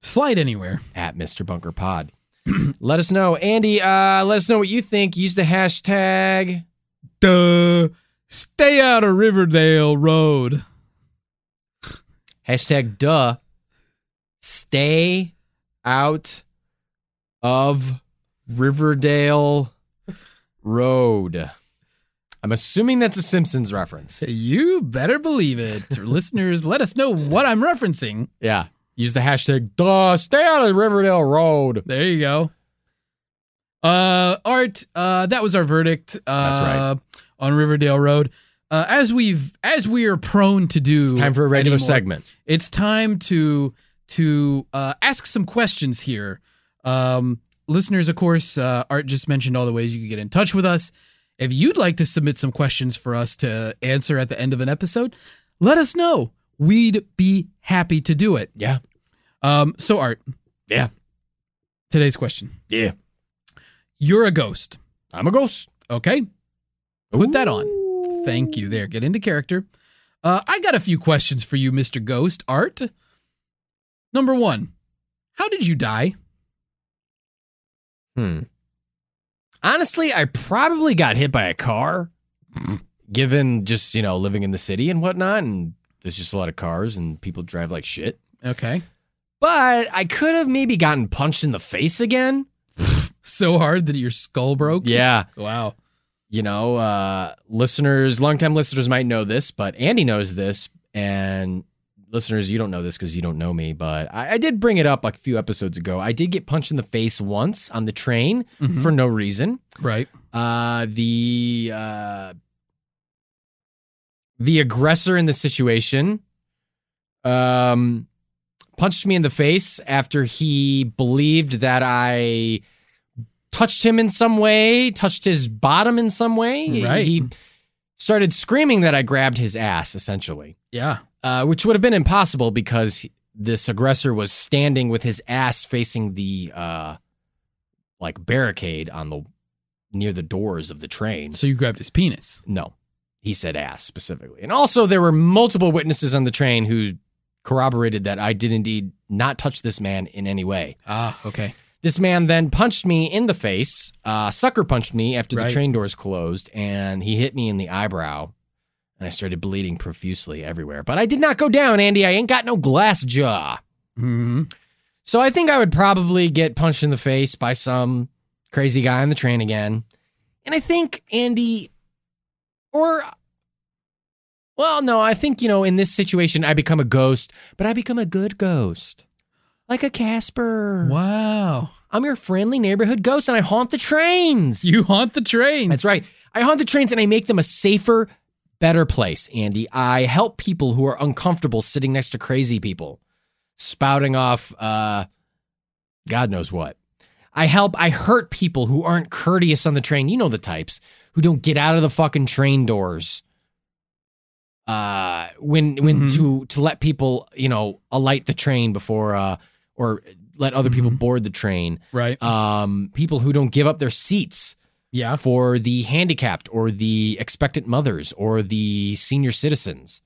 Speaker 1: Slide anywhere.
Speaker 2: at Mr. Bunker Pod. let us know. Andy, uh, let us know what you think. Use the hashtag.
Speaker 1: Duh. Stay out of Riverdale Road.
Speaker 2: Hashtag duh. Stay out of Riverdale Road. I'm assuming that's a Simpsons reference.
Speaker 1: You better believe it. Listeners, let us know what I'm referencing.
Speaker 2: Yeah. Use the hashtag duh. Stay out of Riverdale Road.
Speaker 1: There you go. Uh, Art, uh, that was our verdict. Uh,
Speaker 2: That's right.
Speaker 1: On Riverdale Road, uh, as we've as we are prone to do,
Speaker 2: It's time for a regular
Speaker 1: anymore,
Speaker 2: segment.
Speaker 1: It's time to to uh, ask some questions here. Um, listeners, of course, uh, Art just mentioned all the ways you can get in touch with us. If you'd like to submit some questions for us to answer at the end of an episode, let us know. We'd be happy to do it.
Speaker 2: Yeah.
Speaker 1: Um, so, Art.
Speaker 2: Yeah.
Speaker 1: Today's question.
Speaker 2: Yeah.
Speaker 1: You're a ghost.
Speaker 2: I'm a ghost.
Speaker 1: Okay. Put that on. Thank you. There. Get into character. Uh, I got a few questions for you, Mr. Ghost Art. Number one, how did you die?
Speaker 2: Hmm. Honestly, I probably got hit by a car, given just, you know, living in the city and whatnot. And there's just a lot of cars and people drive like shit.
Speaker 1: Okay.
Speaker 2: But I could have maybe gotten punched in the face again.
Speaker 1: So hard that your skull broke?
Speaker 2: Yeah.
Speaker 1: Wow.
Speaker 2: You know, uh, listeners, longtime listeners might know this, but Andy knows this. And listeners, you don't know this because you don't know me, but I, I did bring it up like a few episodes ago. I did get punched in the face once on the train
Speaker 1: Mhm.
Speaker 2: for no reason.
Speaker 1: Right.
Speaker 2: Uh, the uh, the aggressor in the situation um, punched me in the face after he believed that I touched him in some way, touched his bottom in some way.
Speaker 1: Right.
Speaker 2: He started screaming that I grabbed his ass, essentially,
Speaker 1: Yeah.
Speaker 2: uh, which would have been impossible because this aggressor was standing with his ass facing the uh, like barricade on the near the doors of the train.
Speaker 1: So you grabbed his penis.
Speaker 2: No, he said ass specifically. And also, there were multiple witnesses on the train who corroborated that I did indeed not touch this man in any way.
Speaker 1: Ah, okay.
Speaker 2: This man then punched me in the face, uh, sucker punched me after
Speaker 1: Right.
Speaker 2: the train doors closed, and he hit me in the eyebrow. And I started bleeding profusely everywhere. But I did not go down, Andy. I ain't got no glass jaw.
Speaker 1: hmm
Speaker 2: So I think I would probably get punched in the face by some crazy guy on the train again. And I think Andy or well, no, I think, you know, in this situation I become a ghost, but I become a good ghost. Like a Casper.
Speaker 1: Wow.
Speaker 2: I'm your friendly neighborhood ghost and I haunt the trains.
Speaker 1: You haunt the trains.
Speaker 2: That's right. I haunt the trains and I make them a safer, Better place, Andy. I help people who are uncomfortable sitting next to crazy people, spouting off uh God knows what. I help I hurt people who aren't courteous on the train. You know the types who don't get out of the fucking train doors. Uh when when
Speaker 1: Mhm.
Speaker 2: to to let people, you know, alight the train before uh or let other people
Speaker 1: Mhm.
Speaker 2: board the train.
Speaker 1: Right. Uh,
Speaker 2: Um people who don't give up their seats
Speaker 1: Yeah.
Speaker 2: for the handicapped or the expectant mothers or the senior citizens.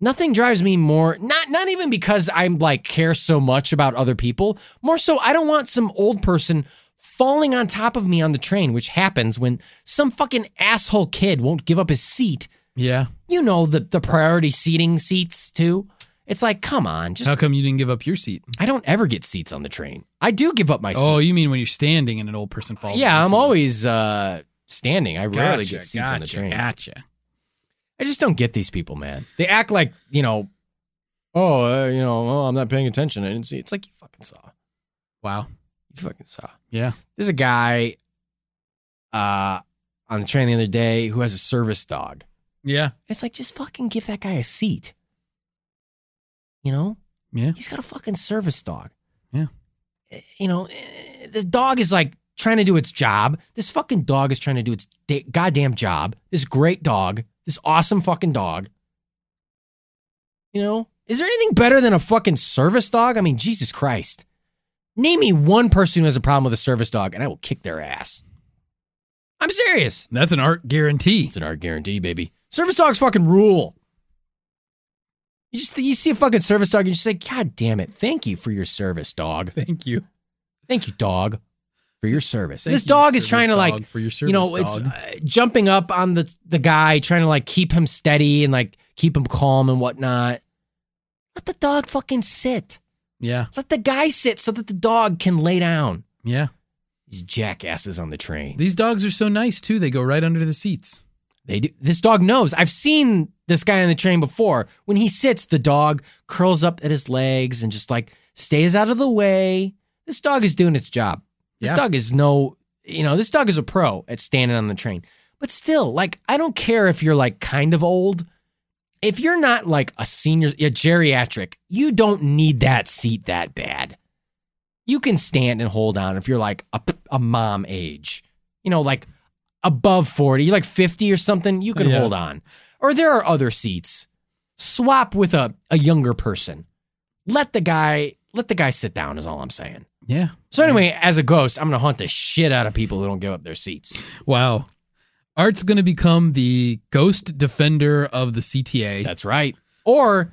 Speaker 2: Nothing drives me more not not even because I'm like care so much about other people, more so I don't want some old person falling on top of me on the train, which happens when some fucking asshole kid won't give up his seat.
Speaker 1: Yeah.
Speaker 2: You know the the priority seating seats too. It's like, come on, just
Speaker 1: How come you didn't give up your seat?
Speaker 2: I don't ever get seats on the train. I do give up my seat.
Speaker 1: Oh, you mean when you're standing and an old person falls?
Speaker 2: yeah,
Speaker 1: onto
Speaker 2: I'm
Speaker 1: you.
Speaker 2: always uh standing. I
Speaker 1: Gotcha,
Speaker 2: rarely get seats
Speaker 1: gotcha,
Speaker 2: on the train.
Speaker 1: Gotcha.
Speaker 2: I just don't get these people, man. They act like you know, oh, uh, you know, oh, I'm not paying attention. I didn't see. It's like you fucking saw.
Speaker 1: Wow.
Speaker 2: You fucking saw.
Speaker 1: Yeah.
Speaker 2: There's a guy, uh, on the train the other day who has a service dog.
Speaker 1: Yeah.
Speaker 2: It's like just fucking give that guy a seat. You know,
Speaker 1: Yeah.
Speaker 2: he's got a fucking service dog.
Speaker 1: Yeah.
Speaker 2: Eh, You know, eh, the dog is like trying to do its job. This fucking dog is trying to do its da- goddamn job. This great dog, this awesome fucking dog. You know, is there anything better than a fucking service dog? I mean, Jesus Christ. Name me one person who has a problem with a service dog and I will kick their ass. I'm serious.
Speaker 1: That's an art guarantee.
Speaker 2: It's an art guarantee, baby. Service dogs fucking rule. You just you see a fucking service dog, and you just say, "God damn it! Thank you for your service, dog.
Speaker 1: Thank you.
Speaker 2: Thank you, dog, for your service."
Speaker 1: Thank
Speaker 2: this
Speaker 1: you,
Speaker 2: dog is
Speaker 1: service
Speaker 2: trying to like,
Speaker 1: dog, for your service
Speaker 2: you know, it's
Speaker 1: dog.
Speaker 2: uh, jumping up on the the guy, trying to like keep him steady and like keep him calm and whatnot. Let the dog fucking sit.
Speaker 1: yeah.
Speaker 2: Let the guy sit so that the dog can lay down.
Speaker 1: Yeah.
Speaker 2: These jackasses on the train.
Speaker 1: These dogs are so nice too. They go right under the seats.
Speaker 2: They do. This dog knows. I've seen this guy on the train before. When he sits, the dog curls up at his legs and just like stays out of the way. This dog is doing its job. This
Speaker 1: Yeah.
Speaker 2: dog is no, you know, this dog is a pro at standing on the train. But still, like, I don't care if you're like kind of old. If you're not like a senior, a geriatric, you don't need that seat that bad. You can stand and hold on if you're like a, a mom age, you know, like above 40, like 50 or something, you can
Speaker 1: Yeah.
Speaker 2: hold on. Or there are other seats. Swap with a, a younger person. Let the guy let the guy sit down is all I'm saying.
Speaker 1: Yeah.
Speaker 2: So anyway, as a ghost, I'm gonna hunt the shit out of people who don't give up their seats.
Speaker 1: Wow. Art's going to become the ghost defender of the CTA.
Speaker 2: That's right. Or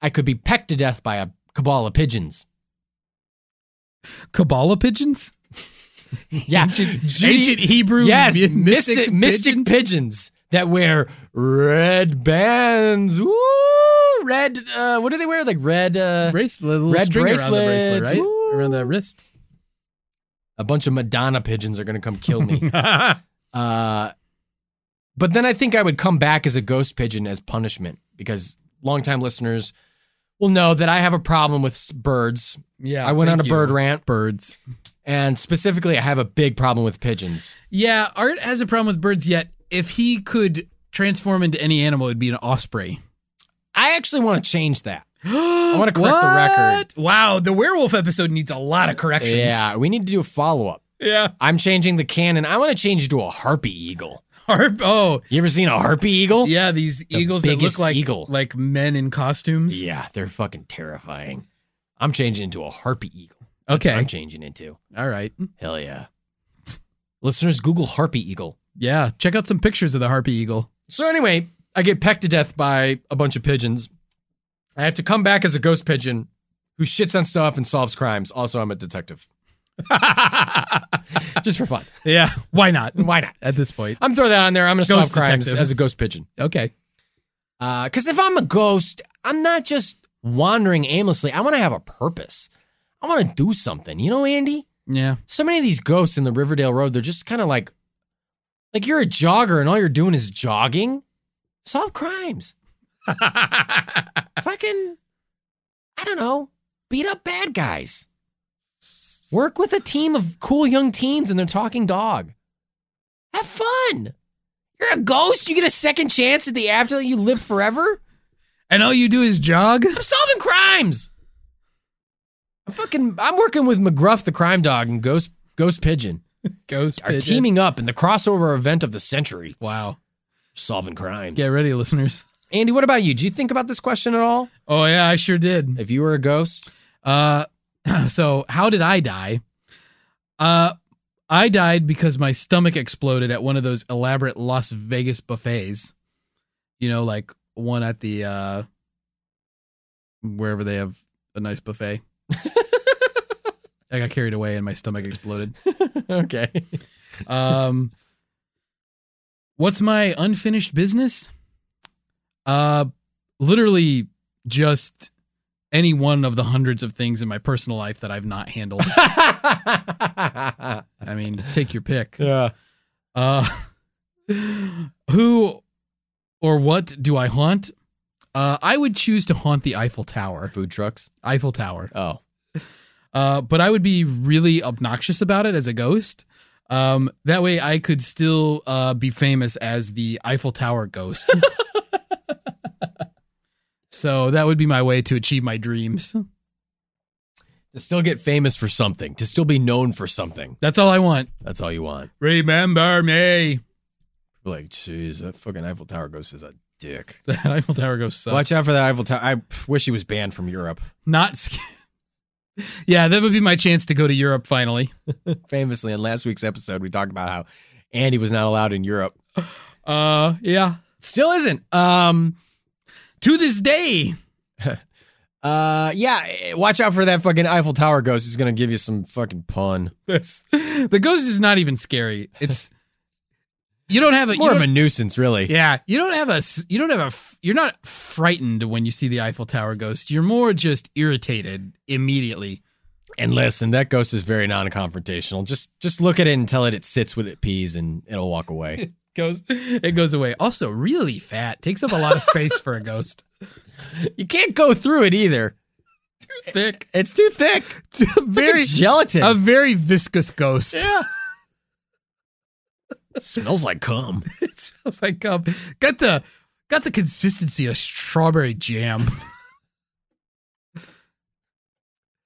Speaker 2: I could be pecked to death by a cabal of pigeons.
Speaker 1: Kabbalah pigeons?
Speaker 2: Yeah. Judy-
Speaker 1: Ancient Hebrew
Speaker 2: yes,
Speaker 1: mystic,
Speaker 2: mystic, mystic,
Speaker 1: pigeons?
Speaker 2: pigeons? that wear red bands. Woo! Red uh what do they wear? Like red uh
Speaker 1: Brace- little
Speaker 2: Red
Speaker 1: string around the bracelet,
Speaker 2: bracelets,
Speaker 1: right?
Speaker 2: woo.
Speaker 1: Around the wrist.
Speaker 2: a bunch of Madonna pigeons are going to come kill me. uh, but then I think I would come back as a ghost pigeon as punishment because longtime listeners will know that I have a problem with s- birds.
Speaker 1: yeah.
Speaker 2: I went on
Speaker 1: thank
Speaker 2: a
Speaker 1: you.
Speaker 2: bird rant,
Speaker 1: Birds.
Speaker 2: and specifically, I have a big problem with pigeons.
Speaker 1: Yeah, Art has a problem with birds yet. If he could transform into any animal, it'd be an osprey.
Speaker 2: I actually want to change that.
Speaker 1: I
Speaker 2: wanna correct the record.
Speaker 1: Wow, the werewolf episode needs a lot of corrections.
Speaker 2: Yeah, we need to do a follow up.
Speaker 1: Yeah.
Speaker 2: I'm changing the canon. I want to change it to a harpy eagle.
Speaker 1: Harp. Oh,
Speaker 2: You ever seen a harpy eagle?
Speaker 1: yeah, these eagles that look
Speaker 2: biggest
Speaker 1: like
Speaker 2: eagle.
Speaker 1: like men in costumes.
Speaker 2: Yeah, they're fucking terrifying. I'm changing into a harpy eagle.
Speaker 1: Okay.
Speaker 2: I'm changing into.
Speaker 1: All right.
Speaker 2: Hell yeah. Listeners, Google Harpy Eagle.
Speaker 1: Yeah, check out some pictures of the harpy eagle.
Speaker 2: So, anyway, I get pecked to death by a bunch of pigeons. I have to come back as a ghost pigeon who shits on stuff and solves crimes. Also, I'm a detective. Just for fun.
Speaker 1: Yeah, why not?
Speaker 2: Why not?
Speaker 1: At this point.
Speaker 2: I'm throwing that on there. I'm going to solve
Speaker 1: Ghost
Speaker 2: crimes
Speaker 1: detective.
Speaker 2: as a ghost pigeon.
Speaker 1: Okay.
Speaker 2: Because if I'm a ghost, I'm not just wandering aimlessly. I want to have a purpose. I want to do something. You know, Andy?
Speaker 1: Yeah.
Speaker 2: so many of these ghosts in the Riverdale Road, they're just kind of like, like you're a jogger and all you're doing is jogging. Solve crimes. Fucking, I don't know, beat up bad guys. Work with a team of cool young teens and their talking dog. Have fun. You're a ghost. You get a second chance at the afterlife. You live forever.
Speaker 1: And all you do is jog?
Speaker 2: I'm solving crimes. I'm fucking. I'm working with McGruff, the crime dog, and Ghost Ghost Pigeon.
Speaker 1: Ghost
Speaker 2: Are teaming up in the crossover event of the century,
Speaker 1: Wow.
Speaker 2: solving crimes.
Speaker 1: Get ready, listeners.
Speaker 2: Andy, what about you? Do you think about this question at all?
Speaker 1: Oh yeah, I sure did.
Speaker 2: If you were a ghost,
Speaker 1: Uh, so how did I die? Uh, I died because my stomach exploded at one of those elaborate Las Vegas buffets. You know, like one at the uh, wherever they have a nice buffet. I got carried away and my stomach exploded.
Speaker 2: okay.
Speaker 1: Um, what's my unfinished business? Uh, literally just any one of the hundreds of things in my personal life that I've not handled.
Speaker 2: yeah.
Speaker 1: I mean, take your pick. Uh, who or what do I haunt? Uh, I would choose to haunt the Eiffel Tower.
Speaker 2: Food trucks.
Speaker 1: Eiffel Tower.
Speaker 2: Oh.
Speaker 1: Uh, but I would be really obnoxious about it as a ghost. Um, that way I could still uh, be famous as the Eiffel Tower ghost. so that would be my way to achieve my dreams.
Speaker 2: To still get famous for something, to still be known for something.
Speaker 1: That's all I want.
Speaker 2: That's all you want.
Speaker 1: Remember me.
Speaker 2: Like, jeez, that fucking Eiffel Tower ghost is a dick.
Speaker 1: That Eiffel Tower ghost sucks.
Speaker 2: Watch out for that Eiffel Tower. I pff, wish he was banned from Europe.
Speaker 1: Not. Sc- yeah, that would be my chance to go to Europe finally.
Speaker 2: Famously, in last week's episode, we talked about how Andy was not allowed in Europe.
Speaker 1: Uh, yeah.
Speaker 2: Still isn't. Um.
Speaker 1: To this day.
Speaker 2: Uh. Yeah. eh, Watch out for that fucking Eiffel Tower ghost. He's gonna give you some fucking pun.
Speaker 1: That's- the ghost is not even scary. It's you don't have a you
Speaker 2: More of
Speaker 1: don't-
Speaker 2: a nuisance, really.
Speaker 1: yeah. You don't have a s- you don't have a f- you're not frightened when you see the Eiffel Tower ghost. You're more just irritated immediately.
Speaker 2: And listen, that ghost is very non-confrontational. Just just look at it and tell it it sits with it peas and it'll walk away.
Speaker 1: Goes it goes away. Also, really fat takes up a lot of space for a ghost.
Speaker 2: you can't go through it either.
Speaker 1: Thick,
Speaker 2: It's too thick.
Speaker 1: very
Speaker 2: gelatin.
Speaker 1: a very viscous ghost.
Speaker 2: yeah. smells like cum.
Speaker 1: it smells like um, got the got the consistency of strawberry jam.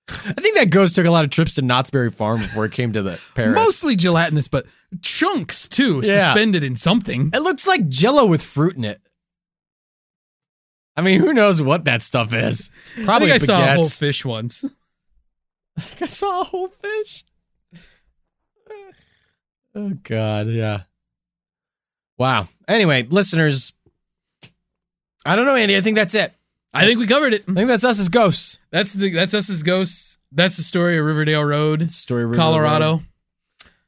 Speaker 2: I think that ghost took a lot of trips to Knott's Berry Farm before it came to the Paris.
Speaker 1: Mostly gelatinous, but chunks too,
Speaker 2: Yeah.
Speaker 1: suspended in something.
Speaker 2: It looks like jello with fruit in it. I mean, who knows what that stuff is? Probably
Speaker 1: I think I saw a whole
Speaker 2: baguettes.
Speaker 1: fish once.
Speaker 2: I think I saw a whole fish. Oh god, yeah. Wow. Anyway, listeners, I don't know, Andy. I think that's it.
Speaker 1: I think we covered it.
Speaker 2: I think that's us as ghosts.
Speaker 1: That's the that's us as ghosts. That's the story of Riverdale Road,
Speaker 2: Story of River Road.
Speaker 1: Colorado.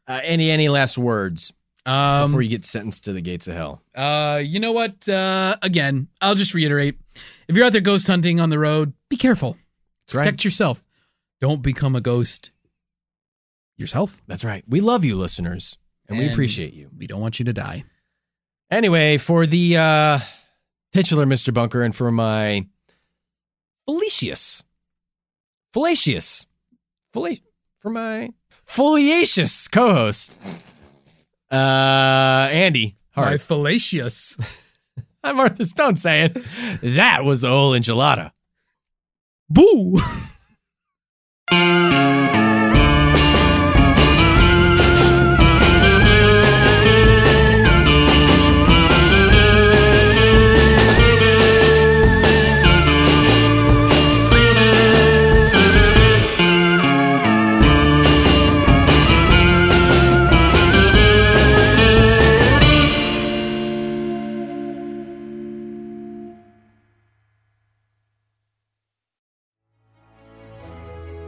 Speaker 2: Uh, any any last words
Speaker 1: Um,
Speaker 2: before you get sentenced to the gates of hell?
Speaker 1: uh, you know what? Uh, again, I'll just reiterate: if you're out there ghost hunting on the road, be careful.
Speaker 2: That's right.
Speaker 1: Protect yourself. Don't become a ghost yourself.
Speaker 2: That's right. We love you, listeners, and, we
Speaker 1: And-
Speaker 2: appreciate you.
Speaker 1: We don't want you to die.
Speaker 2: Anyway, for the uh, titular Mr. Bunker and for my fallacious, fallacious, Fala- for my foliaceous co-host, uh, Andy
Speaker 1: My
Speaker 2: Hart.
Speaker 1: fallacious.
Speaker 2: I'm Arthur Stone saying that was the whole enchilada.
Speaker 1: Boo.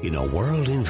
Speaker 4: In a world